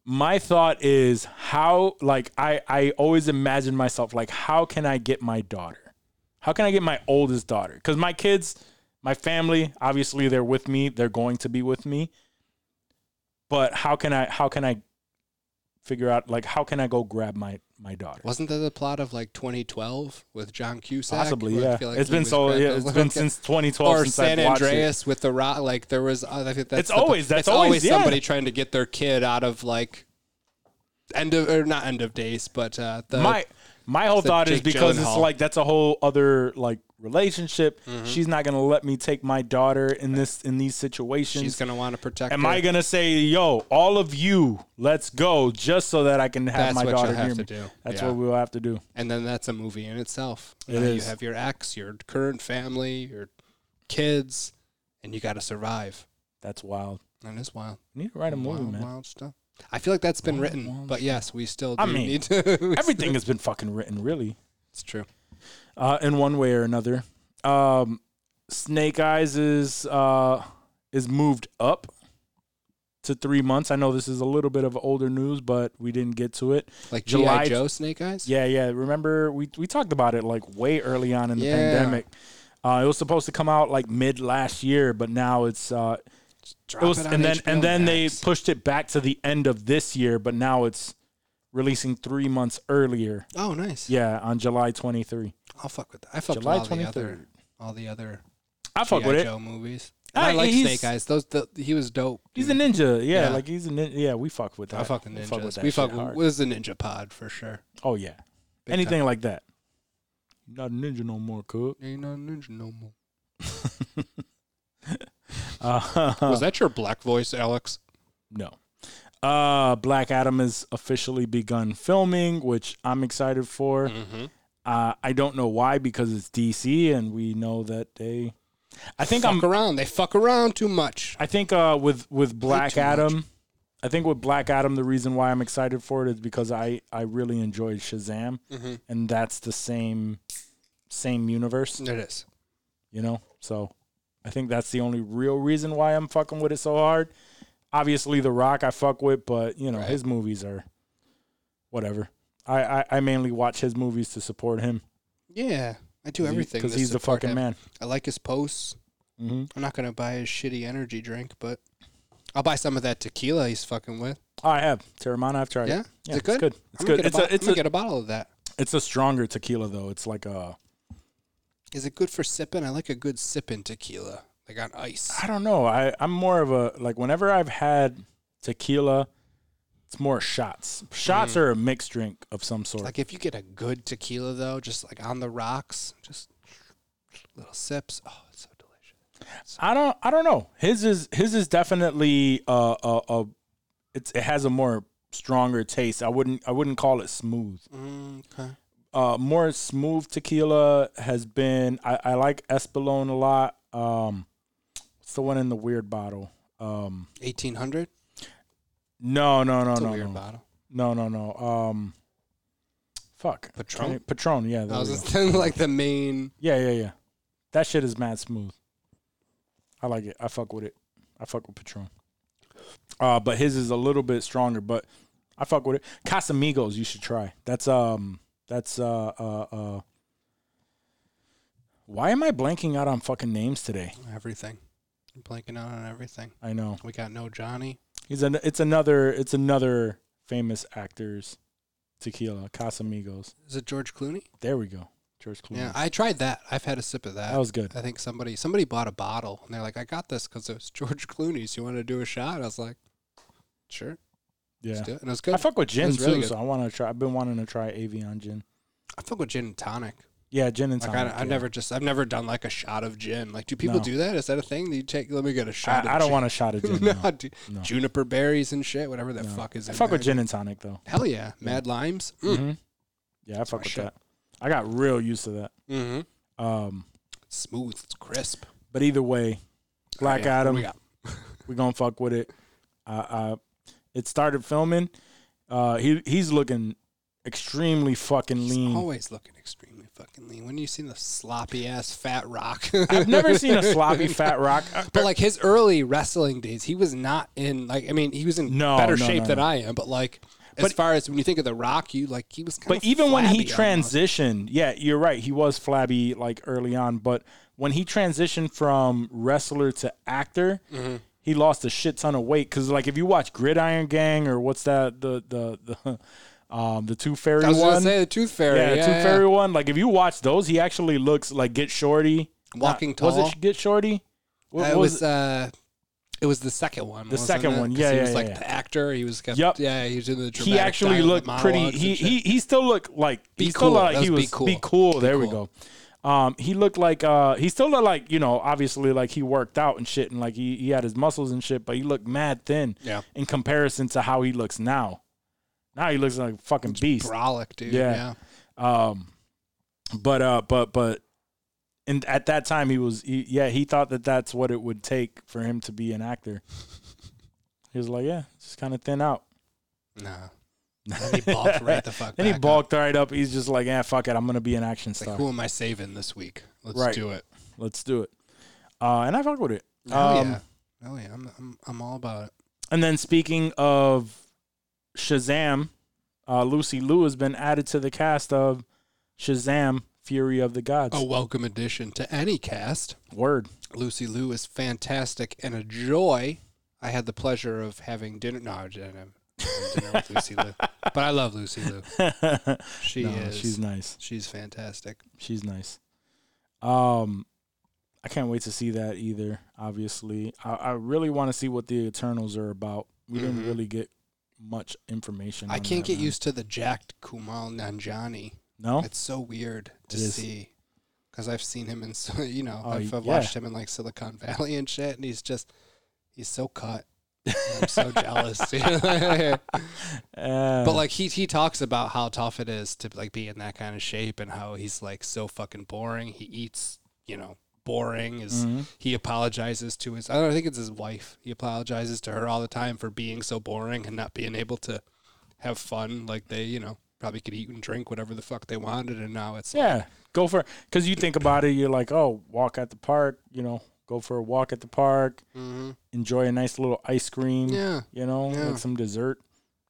My thought is how, like, I I always imagine myself like, how can I get my daughter? How can I get my oldest daughter? Because my kids, my family, obviously they're with me. They're going to be with me. But how can I? How can I figure out like how can I go grab my my daughter?
Wasn't that the plot of like 2012 with John Cusack?
Possibly,
Where I
yeah.
feel like
it's
he
been
was
so.
grabbed
Yeah,
a
it's
little
been
kid.
since 2012
or
since
San
I've watched it.
Andreas with the rock. Like there was, I think that's
It's
the po-
always- that's
it's
always- yeah.
somebody trying to get their kid out of like end of or not end of days, but uh, the
my my whole
the
thought is
Jake
because it's
Gyllenhaal.
like that's a whole other like relationship.
Mm-hmm.
She's not gonna let me take my daughter in this in these situations.
she's gonna want to protect.
Am
her.
I gonna say, yo, all of you, let's go, just so that I can have
That's
my
what
daughter
you'll have
near
to
me?
do.
That's
Yeah.
what we'll have to do.
And then that's a movie in itself.
It
Now
is.
You have your ex, your current family, your kids, and you got to survive.
That's wild.
That is wild.
You need to write a movie,
wild,
man.
wild stuff. I feel like that's been written, but yes, we still do
I mean,
need to.
Everything has been fucking written, really,
it's true.
uh, in one way or another. Um, Snake Eyes is uh, is moved up to three months. I know this is a little bit of older news, but we didn't get to it.
Like
July-
GI Joe Snake Eyes.
Yeah, yeah. Remember, we we talked about it like way early on in the
Yeah.
pandemic. Uh, it was supposed to come out like mid last year, but now it's uh,
Drop
it was,
on
and then
HBO
and then they
Max.
pushed it back to the end of this year, but now it's releasing three months earlier.
Oh, nice.
Yeah, on July twenty three.
I'll fuck with that. I fucked
July
with all the
23rd.
other, all the other
I fuck
G.I.
with it.
Joe movies.
Ah,
And I, like
he's-
Snake Eyes. Those the, he was dope.
He's a
dude.
ninja. Yeah,
Yeah.
like he's a ninja. Yeah, we fuck with that.
I fuck with
We
ninjas.
Fuck with that
we fuck
shit
with
hard.
was the ninja pod for sure.
Oh yeah,
Big
anything
time.
like that. Not a ninja no more, cook.
Ain't no ninja no more.
Uh,
Was that your black voice, Alex?
no. Uh, Black Adam has officially begun filming, which I'm excited for.
Mm-hmm.
Uh, I don't know why because it's DC and we know that they. I think
fuck
I'm
around. They fuck around too much.
I think uh, with with Black
too much.
Adam, I think with Black Adam, the reason why I'm excited for it is because I I really enjoyed Shazam,
Mm-hmm.
and that's the same same universe,
It is.
you know. So I think that's the only real reason why I'm fucking with it so hard. Obviously, The Rock I fuck with, but you know his movies are whatever. I, I, I mainly watch his movies to support him
Yeah, I do everything
because
to
he's the
support
fucking
him.
man.
I like his posts.
Mhm.
I'm not gonna buy his shitty energy drink, but I'll buy some of that tequila he's fucking with.
Oh, I have Terramana. I've tried.
Yeah,
yeah
is it
It's
good?
good. It's
I'm
good.
Gonna
It's
get a, bo-
a, it's a,
I'm gonna get a bottle of that.
it's a stronger tequila though. It's like a
Is it good for sipping? I like a good sipping tequila, like on ice.
I don't know. I I'm more of a like whenever I've had tequila, it's more shots. Shots
Mm.
are a mixed drink of some sort.
Like if you get a good tequila though, just like on the rocks, just little sips. Oh, it's so delicious.
I don't I don't know. His is his is definitely uh a, a it's it has a more stronger taste. I wouldn't I wouldn't call it smooth.
Mm, Okay.
Uh more smooth tequila has been I, I like Espolón a lot. Um it's the one in the weird bottle. Um
Eighteen hundred.
no no no
It's a
no
weird
no.
bottle.
no no no um fuck
Patron?
Can't- Patron yeah there
I was
we go.
just thinking like the main.
Yeah, yeah, yeah. That shit is mad smooth. I like it. I fuck with it. I fuck with Patron. Uh, but his is a little bit stronger, but I fuck with it. Casamigos, you should try. That's um, that's uh, uh, uh. Why am I blanking out on fucking names today?
Everything. I'm blanking out on everything.
I know
We got no Johnny.
he's an. It's another. It's another famous actors. Tequila, Casamigos.
Is it George Clooney?
There we go. George Clooney.
Yeah, I tried that. I've had a sip of that.
Mm. That was good.
I think somebody somebody bought a bottle and they're like, "I got this because it was George Clooney's. You want to do a shot?" I was like, "Sure,
yeah.
let's do it." And it was good.
I fuck with gin
It's really
too,
good.
so I want to try. I've been wanting to try Avion gin.
I fuck with gin and tonic.
Yeah, gin and
Like
tonic.
I, I've
yeah.
never just I've never done like a shot of gin. Like, do people
No.
do that? Is that a thing? Do you take? Let me get a shot. of
I, I don't
gin.
want a shot of gin. no.
no, dude.
No.
juniper berries and shit, whatever the fuck is.
I
in
fuck with
there.
gin Mm-hmm. and tonic though.
Hell yeah, mad limes. Mm.
Yeah, I fuck
my
with
shit.
that. I got real used to that.
Mm-hmm.
Um,
Smooth, it's crisp.
but either way, Black
Yeah, what
Adam,
we
we
got?
gonna fuck with it. Uh, uh, it started filming. Uh, he he's looking extremely fucking lean.
Always looking extremely fucking lean. When you seen the sloppy ass fat rock?
I've never seen a sloppy fat rock. Uh,
But like his early wrestling days, he was not in like I mean he was in
No,
better
no,
shape
no,
than
no.
I am. But like as
But-
far as when you think of the Rock, you like he was. Kind
But even when he transitioned, yeah, you're right. He was flabby like early on, but when he transitioned from wrestler to actor,
Mm-hmm.
he lost a shit ton of weight. Because like if you watch Gridiron Gang or what's that the the the um the Tooth Fairy
I was
one,
gonna say the Tooth Fairy.
yeah,
Yeah,
Tooth Fairy one. Like if you watch those, he actually looks like Get Shorty,
Walking
Not-
Tall.
Was it Get Shorty? What,
yeah.
what
It
was
was uh, it was the second one.
The
wasn't
second
it?
one,
'Cause
yeah,
he
yeah,
was like
yeah, yeah.
the actor. He was kept.
Yup.
Yeah, he was in the.
he
dramatic
actually
dialogue,
looked pretty.
monologues
He,
and shit.
he he still looked like
Be
he still
cool.
looked like
That
he
was
was
be cool.
be cool.
Be
there
cool.
we go. Um, he looked like uh, he still looked like you know obviously like he worked out and shit and like he, he had his muscles and shit, but he looked mad thin
Yeah.
in comparison to how he looks now. Now he looks like a fucking beast.
brolic dude.
Yeah.
yeah.
Um, but uh, but but, and at that time he was he, yeah he thought that that's what it would take for him to be an actor. He was like, yeah, just kind of thin out.
Nah. Then he bulked right the fuck.
Then he
back up.
bulked right up. He's just like, yeah, fuck it. I'm gonna be an action
It's Like,
star.
who am I saving this week? Let's
Right.
do it.
Let's do it. Uh, and I fuck with it.
Oh
Um,
yeah. Oh yeah. I'm I'm I'm all about it.
And then speaking of Shazam, uh, Lucy Liu has been added to the cast of Shazam: Fury of the Gods.
a Oh, welcome addition to any cast.
word.
Lucy Liu is fantastic and a joy. I had the pleasure of having dinner. No, I didn't have dinner with Lucy Liu, but I love Lucy Liu. She
No,
is.
she's
She's,
nice.
fantastic.
She's nice. Um, I can't wait to see that either. Obviously, I, I really want to see what the Eternals are about. We didn't really get much information.
Mm-hmm. I
on
can't
that,
get
Oh, man.
used to the jacked Kumal Nanjani.
No,
It's so weird to
It is.
see because I've seen him in so you know
Oh,
I've, I've
yeah.
watched him in like Silicon Valley and shit, and he's just he's so cut. I'm so jealous. but
Uh,
like he he talks about how tough it is to like be in that kind of shape and how he's like so fucking boring. He eats you know boring. Is he apologizes to his I don't I think it's his wife. He apologizes to her all the time for being so boring and not being able to have fun like they you know probably could eat and drink whatever the fuck they wanted and now it's
yeah, go for because you think about it, you're like, oh, walk at the park, you know, go for a walk at the park, enjoy a nice little ice cream,
Mm-hmm. Yeah.
you know,
Yeah.
with some dessert.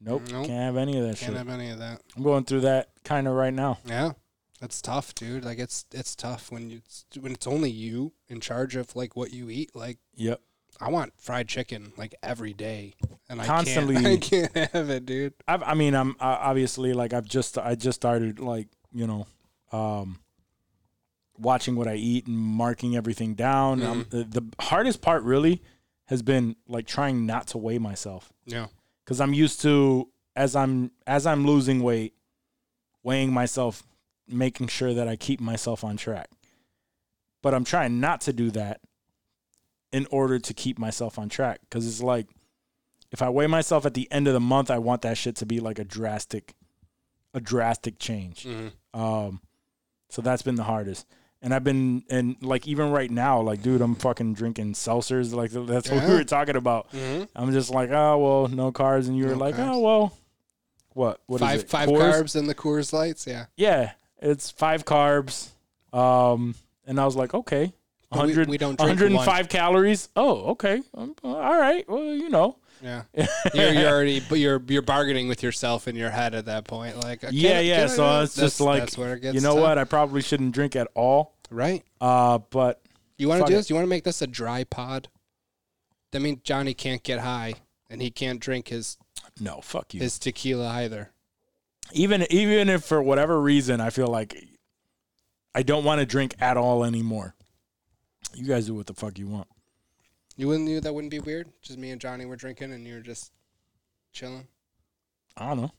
Nope,
Nope.
can't have any of that
Can't
shit.
have any of that.
I'm going through that kind of right now.
Yeah, that's tough, dude. Like it's it's tough when you it's, when it's only you in charge of like what you eat. Like
Yep.
I want fried chicken like every day, and
Constantly.
I can't, I can't have it, dude.
I've, I mean, I'm I, obviously like I've just I just started like you know, um, watching what I eat and marking everything down. Um
Mm-hmm.
the, the hardest part really has been like trying not to weigh myself
Yeah,
because I'm used to as I'm as I'm losing weight, weighing myself, making sure that I keep myself on track. But I'm trying not to do that in order to keep myself on track because it's like if I weigh myself at the end of the month, I want that shit to be like a drastic, a drastic change.
Mm-hmm.
Um, so that's been the hardest. And I've been and like even right now, like dude, I'm fucking drinking seltzers. Like that's what we
Yeah. Mm-hmm.
were talking about. I'm just like, oh well, no carbs, and you were
No
like,
carbs.
oh well, what? What is
five
it?
five
Coors?
carbs and the Coors Lights. Yeah,
Yeah, it's five carbs. Um, and I was like, okay,
But we-
100,
we don't drink
105 calories. Oh, okay, um, all right. Well, you know,
yeah. you're, you're already but you're you're bargaining with yourself in your head at that point. Like I
yeah,
can't-
yeah.
can't I
so
do-
it's
that's-
just like,
that's where it gets
you know
tough.
what? I probably shouldn't drink at all.
right?
Uh, but
You want to
Fuck
do
it.
this? You want to make this a dry pod? That means Johnny can't get high and he can't drink his
no, fuck you.
his tequila either.
Even even if for whatever reason I feel like I don't want to drink at all anymore, you guys do what the fuck you want.
You wouldn't do that? Wouldn't be weird. Just me and Johnny were drinking, and you're just chilling.
I don't know.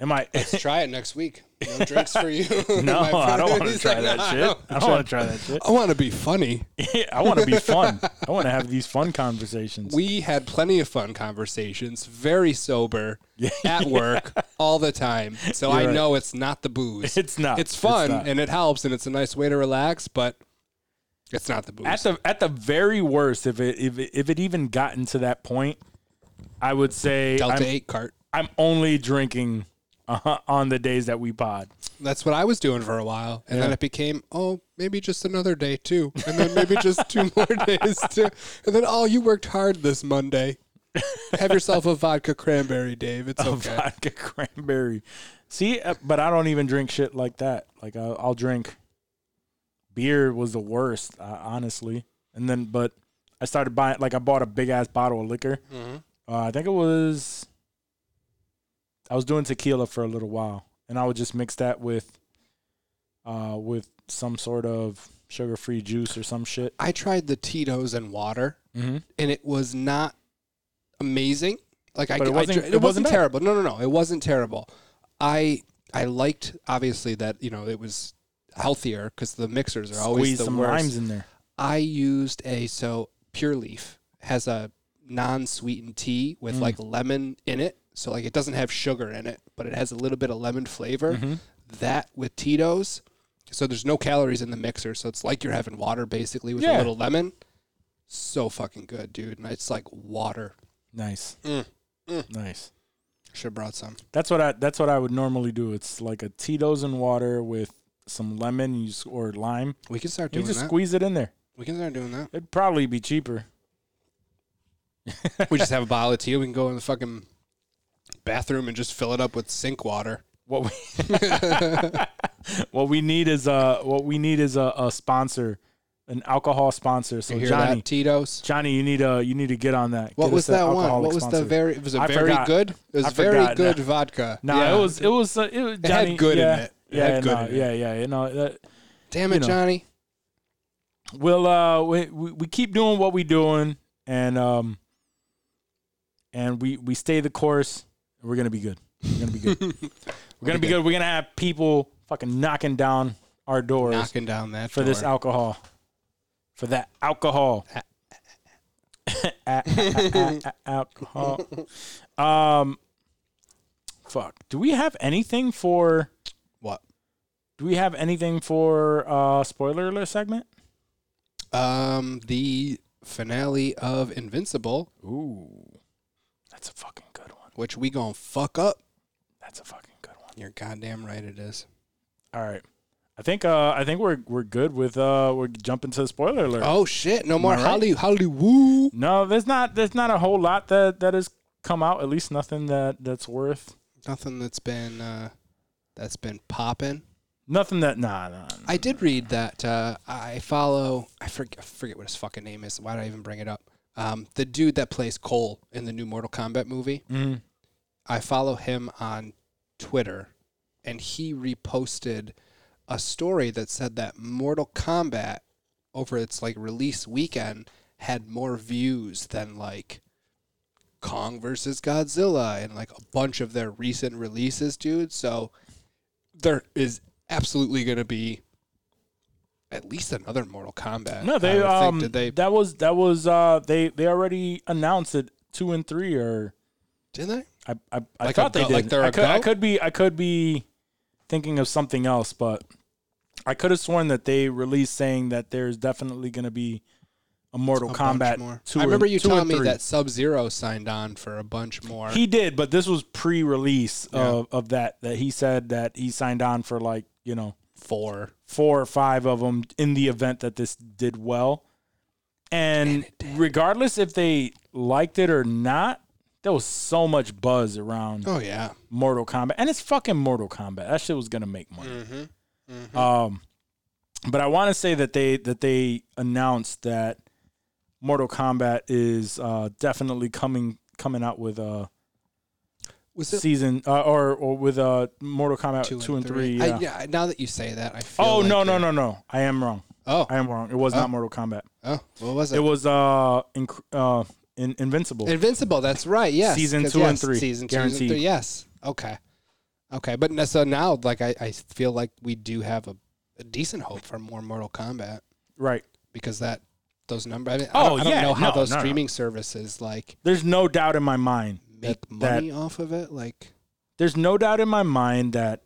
Am I?
Let's try it next week. No drinks for you.
no,
My
I don't
friend.
want to
He's
try
like,
that
"No, I
shit.
don't
I don't want to try that shit.
I want to be funny.
I want to be fun. I want to have these fun conversations.
We had plenty of fun conversations, very sober, at work, all the time. So I
right.
know it's not the booze.
It's not.
It's
It's
fun
not.
and it helps and it's a nice way to relax, but it's not the booze.
at the at the very worst, if it if it, if it even gotten to that point, I would say
Delta
I'm,
8 cart.
I'm only drinking uh, on the days that we pod.
That's what I was doing for a while. And then it became, oh, maybe just another day too. And then maybe just two more days too. And then, oh, you worked hard this Monday. Have yourself a vodka cranberry, Dave. It's
A
okay.
Vodka cranberry. See, uh, but I don't even drink shit like that. Like I'll, I'll drink beer was the worst, uh, honestly. And then, but I started buying like I bought a big ass bottle of liquor.
Mm-hmm.
Uh, I think it was I was doing tequila for a little while, and I would just mix that with uh with some sort of sugar free juice or some shit.
I tried the Tito's and water,
Mhm.
and it was not amazing. Like I,
But it
I
wasn't-
dr-
it
it, wasn't,
wasn't bad.
terrible. No, no, no, it wasn't terrible. I I liked obviously that you know it was healthier because the mixers are always
Squeeze
the
some
worst.
limes in there.
I used a so Pure Leaf has a non-sweetened tea with like
Mm.
lemon in it. So like it doesn't have sugar in it, but it has a little bit of lemon flavor.
Mm-hmm.
That with Tito's. So there's no calories in the mixer, so it's like you're having water basically with a
Yeah.
little lemon. So fucking good, dude. And it's like water.
Nice,
Mm.
nice.
Should have brought some.
That's what I. That's what I would normally do. It's like a Tito's and water with some lemon you s- or lime.
We can start
You
doing
just
that.
squeeze it in there.
we can start doing that.
It'd probably be cheaper.
we just have a bottle of tea. We can go in the fucking bathroom and just fill it up with sink water.
What we what we need is a what we need is a, a sponsor, an alcohol sponsor. So
You hear
Johnny,
that, Tito's?
Johnny, you need a you need to get on that.
What
Get
was
us an
that one?
alcoholic
What was the
sponsor.
very? It was a
I
very
forgot.
good. It was
I
very
forgot.
good
Nah.
vodka.
No,
Yeah.
it was it was uh, it was
had
Johnny.
good in
yeah,
it. It
Yeah,
had good
no,
in it.
yeah, yeah, you know that.
Damn
you
it,
know.
Johnny.
we'll uh we, we we keep doing what we doing and um and we we stay the course we're gonna be good We're gonna be good. We're gonna be good. We're gonna have people fucking knocking down our doors
knocking down that
for this
door.
alcohol. For that alcohol. alcohol. Um fuck. Do we have anything for
What?
do we have anything for uh spoiler alert segment?
Um, the finale of Invincible,
Ooh. That's a fucking good one.
which we gonna fuck up.
That's a fucking good one.
You're goddamn right, it is.
All right. I think uh I think we're we're good with uh we're jumping to spoiler alert.
Oh shit! No more
I right?
Holly Hollywood.
No, there's not there's not a whole lot that that has come out, at least nothing that that's worth
Nothing that's been uh, that's been popping.
nothing that nah nah. nah.
I did read that uh, I follow. I forget, I forget what his fucking name is. Why did I even bring it up? Um, the dude that plays Cole in the new Mortal Kombat movie.
Mhm.
I follow him on Twitter, and he reposted a story that said that Mortal Kombat over its like release weekend had more views than like Kong versus Godzilla and like a bunch of their recent releases, dude. So there is absolutely going to be at least another Mortal Kombat.
No,
I
they
would think.
um
did they
that was that was uh they they already announced that two and three are
did they?
I I, I
Like a
thought they
go-
did.
like they're
I
a
could I
go?
could be I could be thinking of something else, but I could have sworn that they released saying that there's definitely going to be a Mortal
A bunch
Kombat
more.
two.
I remember
and,
you
two and
telling me
three.
that Sub Zero signed on for a bunch more.
he did, but this was pre-release of of that that he said that he signed on for like you know
four.
four or five of them in the event that this did well. And regardless if they liked it or not, there was so much buzz around
Oh yeah.
Mortal Kombat, and it's fucking Mortal Kombat. That shit was gonna make money.
Mm-hmm.
Um, but I want to say that they that they announced that Mortal Kombat is uh, definitely coming coming out with a
Was it
season uh, or or with uh, Mortal Kombat two,
two,
and three.
I-
yeah.
yeah. Now that you say that, I feel.
Oh
like
no no
they're-
no no! I am wrong.
Oh,
I am wrong. It was not Mortal Kombat.
oh, what was it?
It was uh, inc- uh in- Invincible.
Invincible. That's right. Yes.
Season
'cause
two and
yes,
three,
Season two and
guaranteed.
three. Yes. Okay. Okay, but n- so now, like, I, I feel like we do have a, a decent hope for more Mortal Kombat
right.
because that those numbers. I, mean, I
Oh,
don't, I don't
yeah,
know how
no,
those
no, no.
streaming services like
There's no doubt in my mind
make
that, that
money off of it. Like,
there's no doubt in my mind that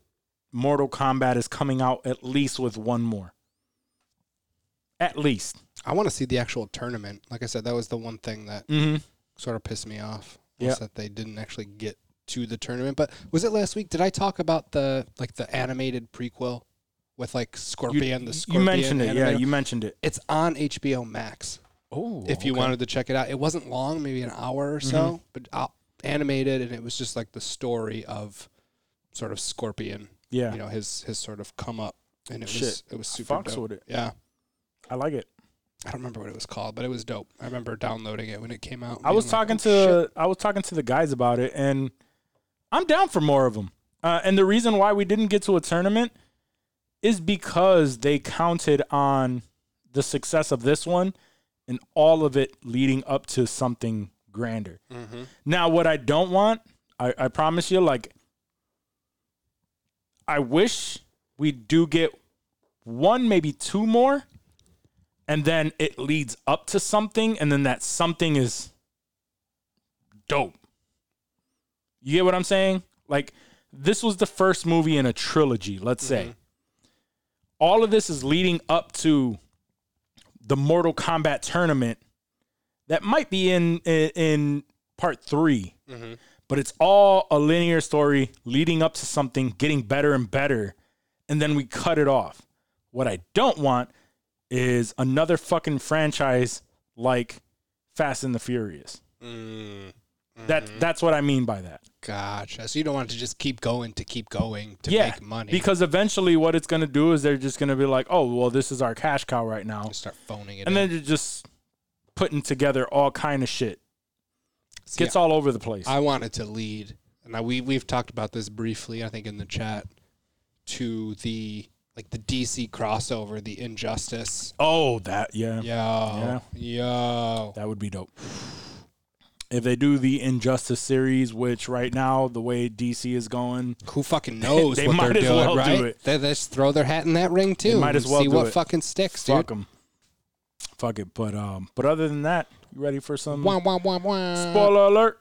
Mortal Kombat is coming out at least with one more. At least.
I want to see the actual tournament. Like I said, that was the one thing that
Mm-hmm.
sort of pissed me off.
Yeah.
Was that they didn't actually get to the tournament. But was it last week? Did I talk about the like the animated prequel with like Scorpion? the Scorpion.
mentioned it. Yeah,
animated-
you mentioned it.
it's on HBO Max.
Oh, Mm-hmm.
If you wanted to check it out, it wasn't long, maybe an hour or so, but uh, animated, and it was just like the story of sort of Scorpion.
Yeah.
You know his his sort of come up, and it
Shit.
was it was
I
super
fucks
dope.
with it.
Yeah.
I like it.
I don't remember what it was called, but it was dope. I remember downloading it when it came out. and
I was
being like,
talking
"Oh, shit."
to I was talking to the guys about it, and I'm down for more of them. Uh, and the reason why we didn't get to a tournament is because they counted on the success of this one and all of it leading up to something grander.
Mm-hmm.
Now, what I don't want, I, I promise you, like, I wish we do get one, maybe two more, and then it leads up to something, and then that something is dope. You get what I'm saying? Like, this was the first movie in a trilogy, let's say. All of this is leading up to the Mortal Kombat tournament that might be in in, in part 3 But it's all a linear story leading up to something getting better and better, and then we cut it off. What I don't want is another fucking franchise like Fast and the Furious. That
Mm-hmm.
that's what I mean by that.
Gotcha. So you don't want it to just keep going to keep going to
yeah,
make money.
because eventually what it's going to do is they're just going to be like, "Oh, well, this is our cash cow right now,"
Just start phoning it
and
in.
then you're just putting together all kind of shit.
See,
Gets all over the place.
I want it to lead, and I, we we've talked about this briefly, I think, in the chat, to the like the DC crossover, the Injustice.
oh, that yeah,
Yo, yo,
That would be dope. If they do the Injustice series, which right now the way DC is going,
Who fucking knows
They
what
might
they're
as
doing,
well do
right?
it.
They, they just throw their hat in that ring too.
might as
and
well
see
do
what
it.
fucking sticks,
fuck
dude.
them, fuck it. But um, but other than that, you ready for some
Wah, wah, wah, wah.
spoiler alert?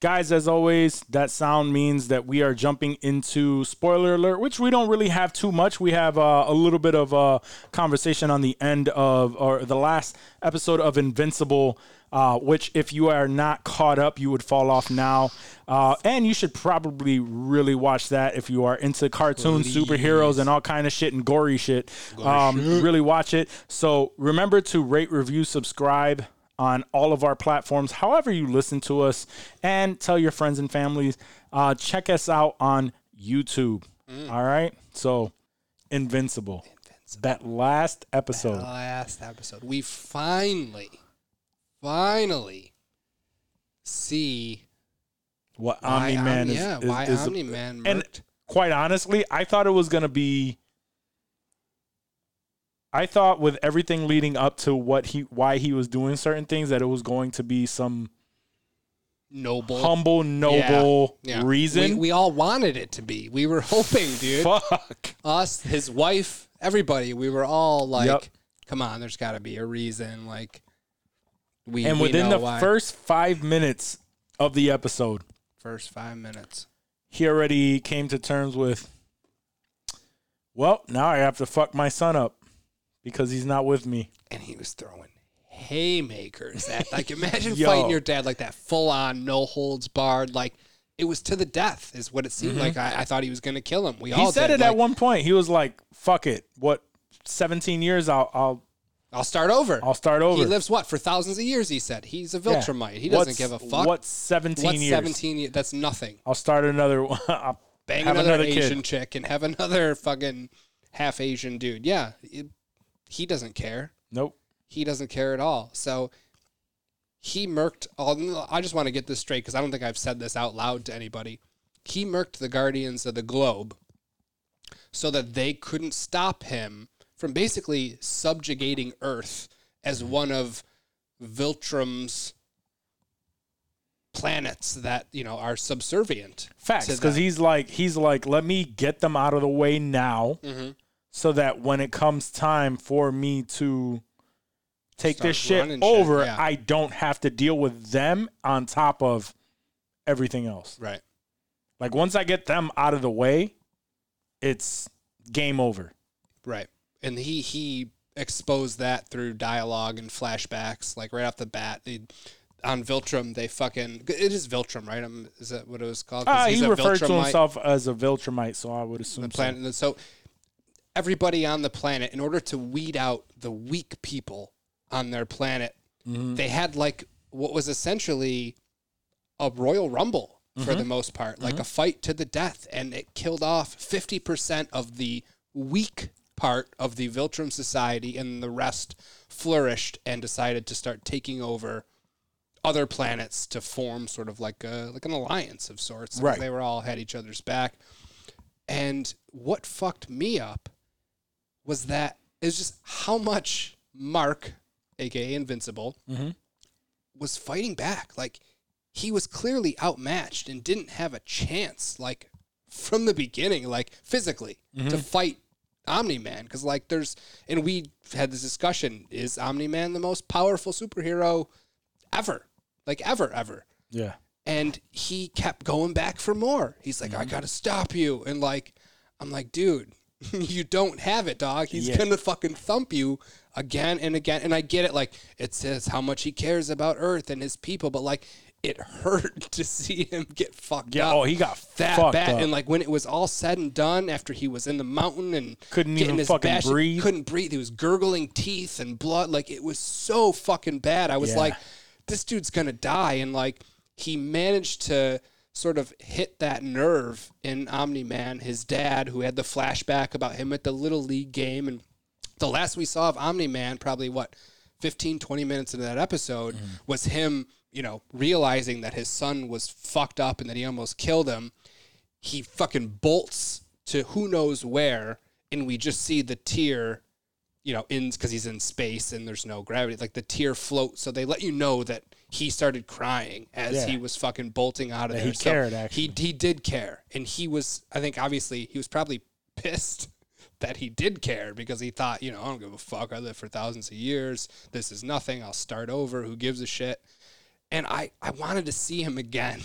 Guys, as always, that sound means that we are jumping into spoiler alert, which we don't really have too much. We have uh, a little bit of uh, conversation on the end of or the last episode of Invincible, uh, which, if you are not caught up, you would fall off now. Uh, and you should probably really watch that if you are into cartoons, superheroes, and all kind of shit and gory shit. Um, Really watch it. So remember to rate, review, subscribe on all of our platforms, however you listen to us, and tell your friends and families. Uh, check us out on YouTube.
Mm.
All right. So, Invincible. That last episode.
Last episode, we finally, finally see
what
why
Omni Man is,
yeah,
is-
why
is-
Omni Man
and quite honestly, I thought it was going to be. I thought with everything leading up to what he, why he was doing certain things, that it was going to be some
noble
humble, noble
Yeah, yeah.
reason.
We, we all wanted it to be. We were hoping, dude.
Fuck.
Us, his wife, everybody. We were all like,
Yep.
"Come on, there's got to be a reason." Like, we
And
we
within
know
the
why.
first five minutes of the episode,
first five minutes,
he already came to terms with, well, now I have to fuck my son up because he's not with me.
and he was throwing haymakers at like imagine
Yo.
fighting your dad like that full on no holds barred like it was to the death is what it seemed like I, I thought he was gonna kill him we
Mm-hmm. He
all
said
did.
it at
like,
one point. He was like, fuck it. What, 17 years? I'll, I'll,
I'll start over
I'll start over.
he lives what for thousands of years he said he's a
Yeah.
Viltrumite he doesn't
What's-
give a fuck
What's 17
What's
years?
17 years that's nothing
I'll start another one. I'll
bang
have
another,
another,
Asian
kid.
chick and have another fucking half Asian dude yeah it- he doesn't care
Nope.
he doesn't care at all. So he murked all. I just want to get this straight because I don't think I've said this out loud to anybody. He murked the Guardians of the Globe so that they couldn't stop him from basically subjugating Earth as one of Viltrum's planets that you know are subservient.
Facts,
to
because
them.
he's like he's like, let me get them out of the way now,
Mm-hmm.
so that when it comes time for me to take
Start
this shit
running shit,
over,
yeah.
I don't have to deal with them on top of everything else.
right.
Like once I get them out of the way, it's game over.
Right. And he he exposed that through dialogue and flashbacks, like right off the bat. He, on Viltrum, they fucking it is Viltrum, right? Um is that what it was called? 'Cause
Uh,
he's
he
a
referred to
Viltrumite.
himself as a Viltrumite, so I would assume.
The
so.
planet, and so everybody on the planet, in order to weed out the weak people on their planet, they had like what was essentially a royal rumble for the most part, like a fight to the death, and it killed off fifty percent of the weak part of the Viltrum society, and the rest flourished and decided to start taking over other planets to form sort of like a like an alliance of sorts. 'cause
Right.
They were all had each other's back. And what fucked me up was that it's just how much Mark, aka Invincible, was fighting back. Like he was clearly outmatched and didn't have a chance, like from the beginning, like physically, to fight Omni Man. Because like there's, and we had this discussion: is Omni Man the most powerful superhero ever? Like ever, ever
yeah,
and he kept going back for more. He's like,
Mm-hmm.
I gotta stop you, and like, I'm like, dude, you don't have it, dog. He's
Yeah.
gonna fucking thump you again and again. And I get it, like, it says how much he cares about Earth and his people, but like, it hurt to see him get fucked
yeah.
up.
Oh, he got
that
fucked
bad,
up.
and like when it was all said and done, after he was in the mountain and
Couldn't
getting
even
his
fucking
bash-
breathe.
couldn't breathe. He was gurgling teeth and blood. Like it was so fucking bad. I was
Yeah.
like, this dude's gonna die. And like he managed to sort of hit that nerve in Omni Man, his dad, who had the flashback about him at the little league game. And the last we saw of Omni Man, probably what, 15, 20 minutes into that episode,
Mm.
was him, you know, realizing that his son was fucked up and that he almost killed him he fucking bolts to who knows where, and we just see the tear you know, in because he's in space and there's no gravity. Like the tear floats, so they let you know that he started crying as
Yeah.
he was fucking bolting out of
That he
there. So
cared, actually.
he he did care, and he was. I think obviously he was probably pissed that he did care because he thought, you know, I don't give a fuck. I lived for thousands of years. This is nothing. I'll start over. Who gives a shit? and I, I wanted to see him again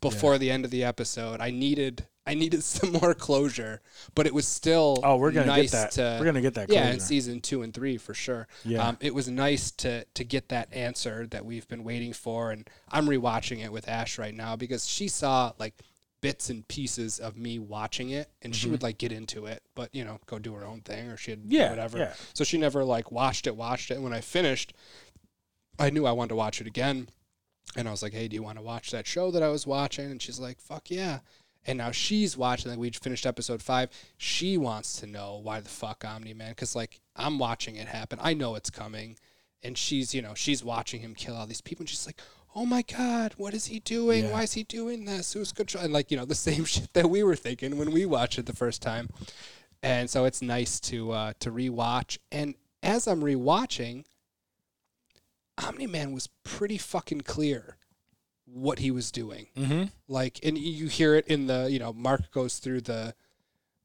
before the end of the episode. I needed I needed some more closure, but it was still
Oh, we're gonna get
nice
that.
to
We're gonna get that
yeah in
closure.
season two and three for sure.
Yeah.
um, it was nice to to get that answer that we've been waiting for, and I'm rewatching it with Ash right now because she saw like bits and pieces of me watching it and she would like get into it but you know go do her own thing or she'd do
Mm-hmm. Yeah,
whatever
yeah.
so she never like watched it watched it and when i finished i knew i wanted to watch it again and I was like, "Hey, do you want to watch that show that I was watching?" And she's like, "Fuck yeah!" And now she's watching. Like we finished episode five. She wants to know why the fuck Omni Man, because like I'm watching it happen. I know it's coming, and she's you know she's watching him kill all these people, and she's like, "Oh my god, what is he doing?
Yeah.
Why is he doing this? Who's control?" And like you know the same shit that we were thinking when we watched it the first time. And so it's nice to uh, to rewatch. And as I'm rewatching, Omni Man was pretty fucking clear what he was doing.
Mhm.
Like, and you- you hear it in the, you know, Mark goes through the,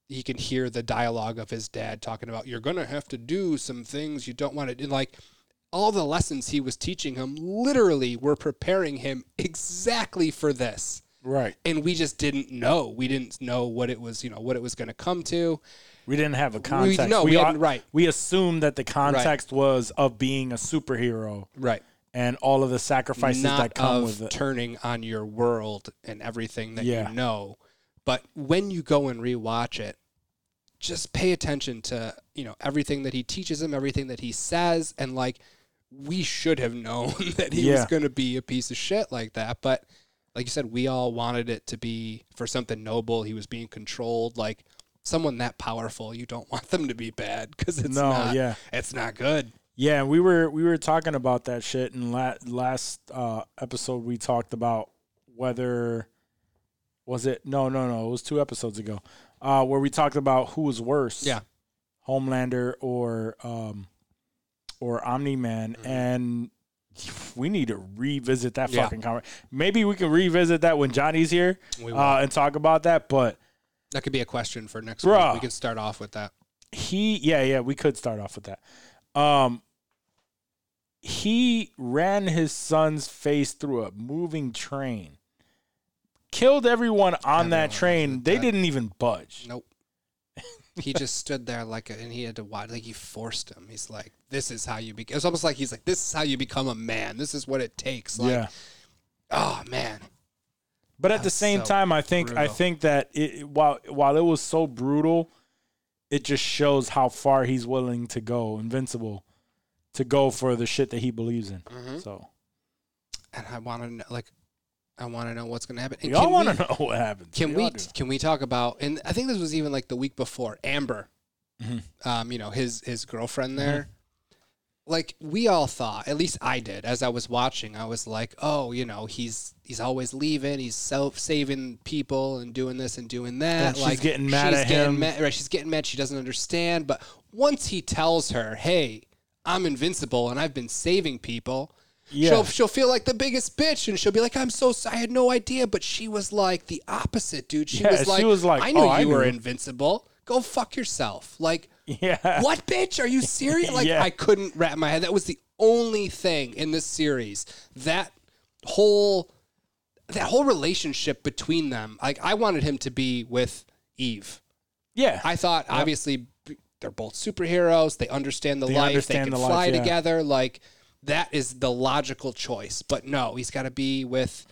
he can hear the dialogue of his dad talking about, you're going to have to do some things you don't want to do. Like, all the lessons he was teaching him literally were preparing him exactly for this.
Right.
And we just didn't know. We didn't know what it was, you know, what it was going to come to.
We didn't have a context.
no, we
au-
hadn't- right.
We assumed that the context was of being a superhero
Right.
and all of the sacrifices
not
that come
of
with it.
turning on your world and everything that
Yeah.
you know. But when you go and rewatch it, just pay attention to you know everything that he teaches him, everything that he says, and like we should have known that he was
Yeah.
going to be a piece of shit like that. But like you said, we all wanted it to be for something noble. He was being controlled, like someone that powerful. You don't want them to be bad because it's
No,
not,
yeah.
it's not good.
Yeah, we were we were talking about that shit in la- last uh, episode. We talked about whether was it no no no it was two episodes ago uh, where we talked about who was worse.
Yeah.
Homelander or um, or Omni Man, and we need to revisit that
Mm-hmm. Yeah.
fucking conversation. Maybe we can revisit that when Johnny's here uh, and talk about that. But
That could be a question for next
Bruh.
week. We can start off with that.
he yeah yeah we could start off with that um he ran his son's face through a moving train killed everyone on
Everyone
that train
did
they
that.
didn't even budge
Nope. he just stood there like, a, and he had to watch. Like you forced him. He's like, "This is how you become." It's almost like he's like, "This is how you become a man. This is what it takes." Like,
yeah
oh man,
but at the
That's
same
so
time i think i
brutal.
think that it while while it was so brutal it just shows how far he's willing to go invincible to go for the shit that he believes in
Mm-hmm.
so
and I want to know, like, I want to know what's gonna happen. And
we all
can
want to know what happens
Can
all
we
do.
can we talk about? And I think this was even like the week before Amber,
Mm-hmm.
um, you know his his girlfriend there. Like we all thought, at least I did, as I was watching, I was like, oh, you know, he's he's always leaving, he's self saving people and doing this and doing that.
And she's
like
getting mad
she's
at
getting
him.
mad- right, she's getting mad. She doesn't understand. But once he tells her, hey, I'm invincible and I've been saving people.
Yeah.
She'll, she'll feel like the biggest bitch and she'll be like, I'm so sorry. I had no idea. But she was like the opposite, dude. She,
Yeah,
was,
she
like,
was like,
I knew
"Oh,
you
I
were
knew."
invincible. Go fuck yourself. Like,
yeah
what, bitch? Are you serious? Like,
Yeah.
I couldn't wrap my head. That was the only thing in this series. That whole. That whole relationship between them, like I wanted him to be with Eve.
yeah
I thought obviously b- they're both superheroes. They understand the
They
life.
understand
they
the
can
life,
fly
yeah.
together. Like that is the logical choice. But no, he's got to be with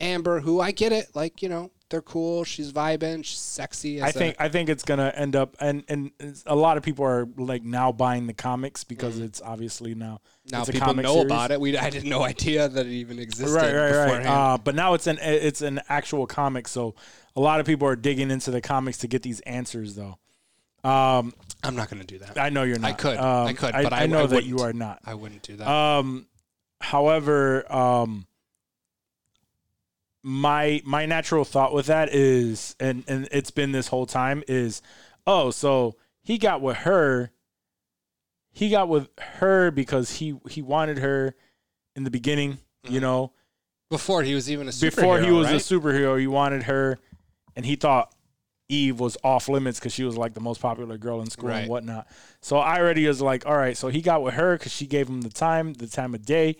Amber, who I get it. Like you know, they're cool. She's vibing. She's sexy.
I
as a-
think I think it's gonna end up, and and it's- a lot of people are like now buying the comics because it's obviously now
Mm-hmm. now
it's a
people
comic
know
series.
about it. We I had no idea that it even existed
Right, right,
beforehand.
right. Uh, but now it's an it's an actual comic, so a lot of people are digging into the comics to get these answers. Though
I'm not going to do that. I,
I know you're not.
could,
Um,
I could, but I,
know
I
that you are
wouldn't.
not.
I wouldn't do that.
Um, however, um, my my natural thought with that is, and and it's been this whole time is, oh, so he got with her he got with her because he he wanted her in the beginning,
Mm-hmm.
you know,
Before he was even a superhero,
before he was a
right?
superhero, he wanted her, and he thought Eve was off limits because she was like the most popular girl in school
Right.
and whatnot. So I already was like, all right, so he got with her because she gave him the time, the time of day.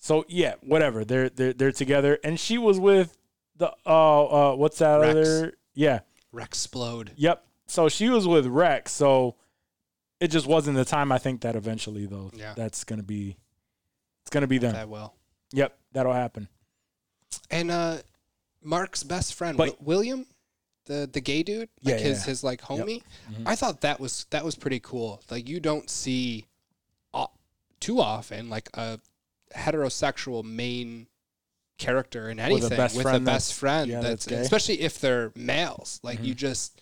So yeah, whatever. They're they're they're together, and she was with the uh, uh what's that
Rex.
other yeah
Rexplode.
Yep. So she was with Rex. So it just wasn't the time. I think that eventually though,
Yeah.
that's gonna be, it's gonna be them.
That will.
Yep, that'll happen.
And uh, Mark's best friend,
But-
Wi- William, the the gay dude,
Yeah,
like his
yeah.
his like homie. I thought that was that was pretty cool. Like you don't see o- too often like a heterosexual main character in anything with the
best
best friend,
friend
that's,
that's- yeah, that's gay.
especially if they're males. Like you just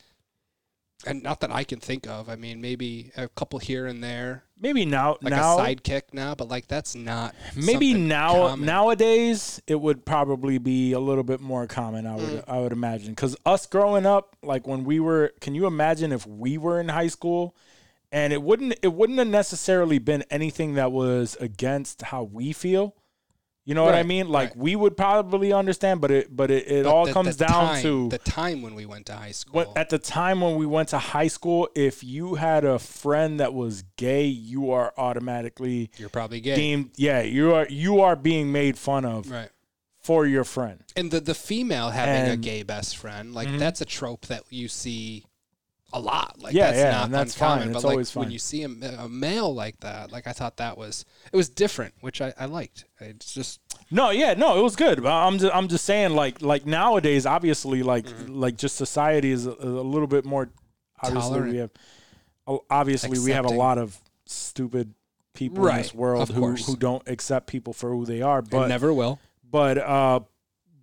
and not that I can think of. I mean, maybe a couple here and there,
Maybe now,
like
now,
a sidekick now, but like that's not
maybe
something
now,
common.
nowadays it would probably be a little bit more common. I would, I would imagine, because us growing up, like when we were, can you imagine if we were in high school? And it wouldn't it wouldn't have necessarily been anything that was against how we feel. You know what I
Right,
mean? Like
right.
we would probably understand, but it but it, it
But
all
the-
comes
the
down
time-
to
the time when we went to high school.
when, at the time when we went to high school, if you had a friend that was gay, you are automatically
You're probably gay,
deemed. Yeah, you are you are being made fun of
right?
for your friend.
And the the female having a
And- Mm-hmm.
gay best friend, like that's a trope that you see a lot. Like
Yeah,
that's
yeah,
not
and that's fine.
uncommon.
It's
But
always
like
fine.
when you see a, ma- a male like that, like I thought that was it was different, which I, I liked. It's just
No, yeah, no, it was good. But I'm just, I'm just saying, like, like nowadays, obviously, like, like just society is a, a little bit more. Obviously,
Tolerant.
we have, o- obviously, we have a
Accepting.
lot of stupid people in
Right,
this world
of
who
course.
who don't accept people for who they are.
it
But
never will.
but uh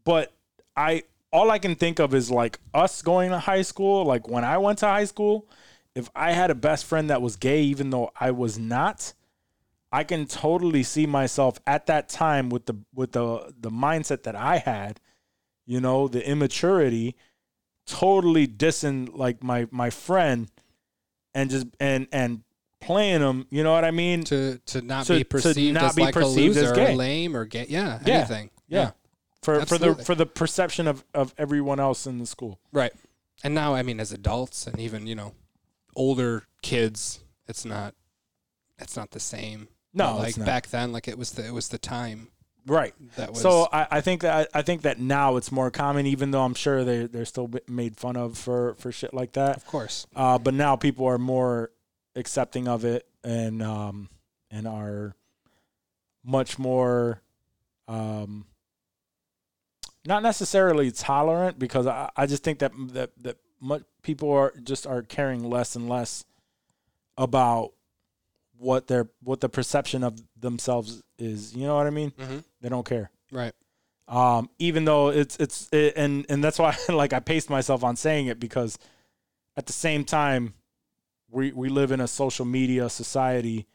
but i all i can think of is like us going to high school like when i went to high school if i had a best friend that was gay even though i was not i can totally see myself at that time with the with the the mindset that i had you know the immaturity totally dissing like my my friend and just and and playing him you know what i mean
To to not
To-
be
to
perceived
not
as
be
like
perceived
a
as
loser,
gay.
or lame, or gay. Yeah,
Yeah,
anything.
yeah. for for the
absolutely.
for the perception of of everyone else in the school
Right. And now, I mean, as adults and even, you know, older kids, it's not, it's not the same.
No,
But,
it's
like
not.
back then, like it was the, it was the time
Right.
that was.
So uh, I, I think that I think that now it's more common, even though I'm sure they they're still b- made fun of for for shit like that.
of course,
Uh, but now people are more accepting of it and um and are much more um not necessarily tolerant because I, I just think that that that much people are just are caring less and less about what their what the perception of themselves is. You know what I mean? They don't care
right.
um, even though it's it's it, and and that's why like I paced myself on saying it because at the same time we we live in a social media society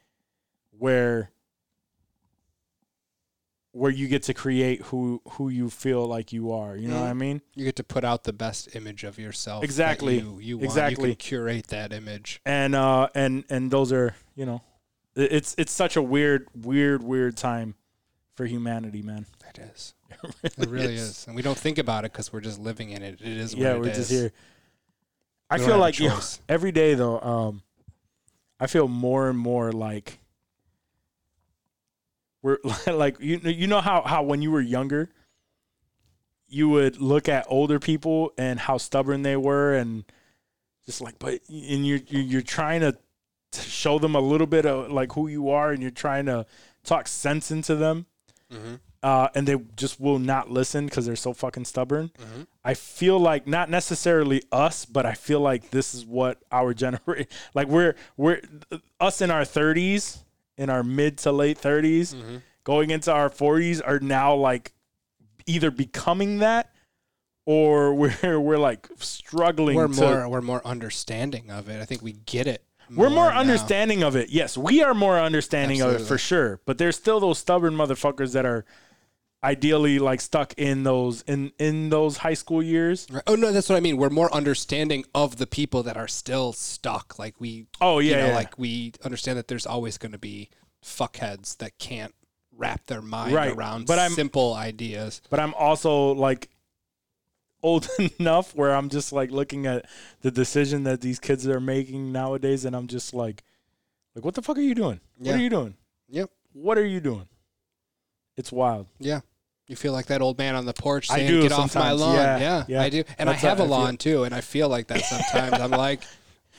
where where you get to create who who you feel like you are you know what I mean
You get to put out the best image of yourself. that
Exactly.
you, you want. You
Exactly.
can curate that image.
and uh and and those are you know it- it's it's such a weird weird weird time for humanity man
It is. It really, is. and we don't think about it because we're just living in it. It is.
yeah,
what
we're
it
just
is.
here. I
We don't
feel
have a
like you know,
choice.
every day though, um, I feel more and more like we're like you know- you know how how when you were younger, you would look at older people and how stubborn they were and just like but and you're you're you're trying to, to show them a little bit of like who you are and you're trying to talk sense into them uh, and they just will not listen because they're so fucking stubborn. I feel like not necessarily us, but I feel like this is what our generation, like we're we're us in our thirties, in our mid to late 30s going into our forties, are now like either becoming that or we're we're like struggling.
We're
to,
more. We're more understanding of it. I think we get it.
we're more
now.
understanding of it. Yes, we are more understanding of it for
Absolutely.
sure. But there's still those stubborn motherfuckers that are ideally like stuck in those in in those high school years.
Right. Oh no, that's what I mean. We're more understanding of the people that are still stuck. Like we,
Oh
you
yeah,
know,
yeah.
like we understand that there's always going to be fuckheads that can't wrap their mind
Right,
around
but I'm-
simple ideas.
but I'm also like old enough where I'm just like looking at the decision that these kids are making nowadays, and I'm just like, like what the fuck are you doing?
Yeah.
What are you doing?
Yep.
What are you doing? It's wild.
Yeah. You feel like that old man on the porch
I
saying,
do
"Get off my
sometimes.
lawn." Yeah,
Yeah, yeah.
I do, and I
That's how
have a
I feel.
lawn too, and I feel like that sometimes. I'm like,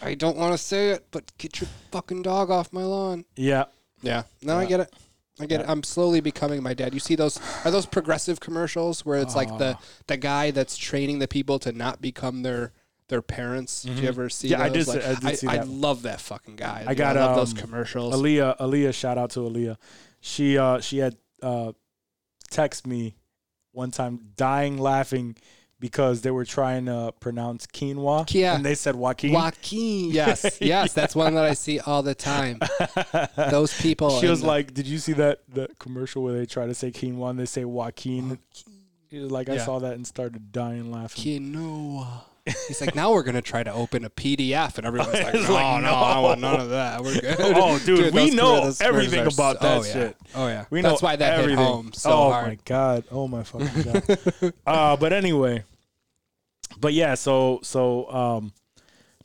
I don't want to say it, but get your fucking dog off my lawn.
Yeah.
Yeah. No, I get it. I get it. I'm slowly becoming my dad. You see those are those progressive commercials where it's like
Ah.
the the guy that's training the people to not become their their parents. Did you ever see
Mm-hmm. Yeah, I
those?
did see- I did see that.
love that fucking guy. I
got,
I love those
um,
commercials.
Aaliyah, Aaliyah, shout out to Aaliyah. She uh she had uh text me one time dying laughing because they were trying to pronounce quinoa.
Yeah.
And they said Joaquin.
Joaquin. Yes. Yes, that's one that I see all the time. Those people.
she
in
was
the-
like, Did you see that the commercial where they try to say quinoa and they say Joaquin? She was like, I
Yeah.
saw that and started dying laughing.
quinoa. He's like, now we're gonna try to open a PDF, and everyone's like, no,
It's
no,
like,
I
no."
want none of that. We're good.
Oh, dude, we
those
know
commer- those
everything
commercials
about that
oh, yeah.
shit.
Oh yeah,
We know
that's why that
everything.
hit home so
oh
hard.
my god. Oh my fucking god. uh, but anyway, but yeah. So so um,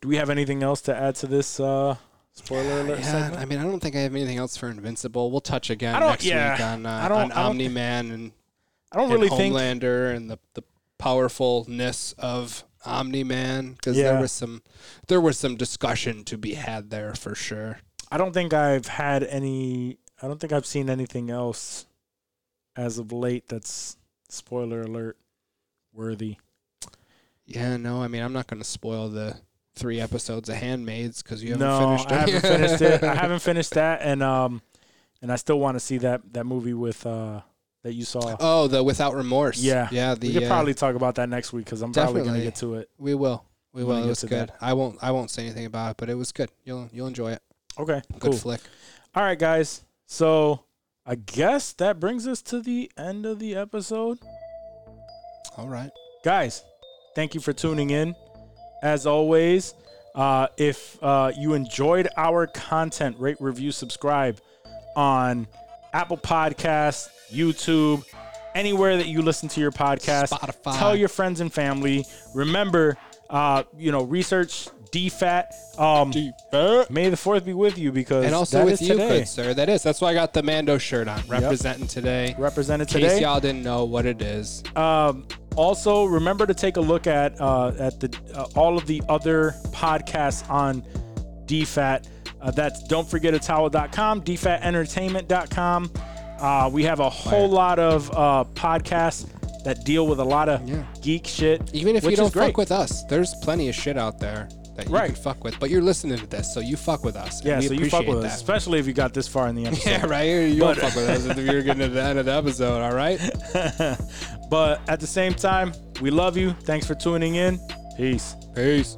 do we have anything else to add to this uh, spoiler alert
Yeah,
segment?
I mean, I don't think I have anything else for Invincible. We'll touch again
I don't-
next
yeah,
week on, uh,
I don't-
on
I don't
Omni Man and,
I don't
and
really think.
Homelander and the the powerfulness of Omni Man because there
Yeah.
was some there was some discussion to be had there for sure.
I don't think I've had any. I don't think I've seen anything else as of late that's spoiler alert worthy.
Yeah, no, I mean, I'm not going to spoil the three episodes of Handmaids because you haven't
no,
finished
I
it.
haven't finished it. I haven't finished that, and um, and I still want to see that that movie with uh that you saw.
oh, the Without Remorse.
Yeah.
yeah. The,
we could
uh,
probably talk about that next week because I'm probably going
Definitely.
to get to it.
we will. We
I'm
will.
gonna
It
get
was
to
good. I won't. I won't say anything about it, but it was good. You'll you'll enjoy it.
Okay,
Good
cool.
flick.
All right, guys. So I guess that brings us to the end of the episode.
All right.
Guys, thank you for tuning in. As always, uh, if uh, you enjoyed our content, rate, review, subscribe on Apple Podcasts, YouTube, anywhere that you listen to your podcast.
Spotify.
Tell your friends and family. Remember, uh, you know, research DFAT. Um, May the fourth be with you because
And also
that
with
is
you,
today.
good sir. That is. That's why I got the Mando shirt on, representing today.
Represented
In case
today.
y'all didn't know what it is.
Um, also, remember to take a look at uh, at the uh, all of the other podcasts on DFAT. Uh, that's don't forget a towel.com, DFATentertainment.com. Uh, we have a whole lot of uh, podcasts that deal with a lot of
Yeah.
geek shit.
Even if
which
you
is
don't
great.
fuck with us, there's plenty of shit out there that you can
Right.
fuck with. But you're listening to this, so you fuck with us. and
yeah,
we
so you fuck
appreciate
with us,
that.
especially if you got this far in the episode.
Yeah, right. You, you don't fuck with us if you're getting to the end of the episode, all right?
But at the same time, we love you. Thanks for tuning in. Peace.
Peace.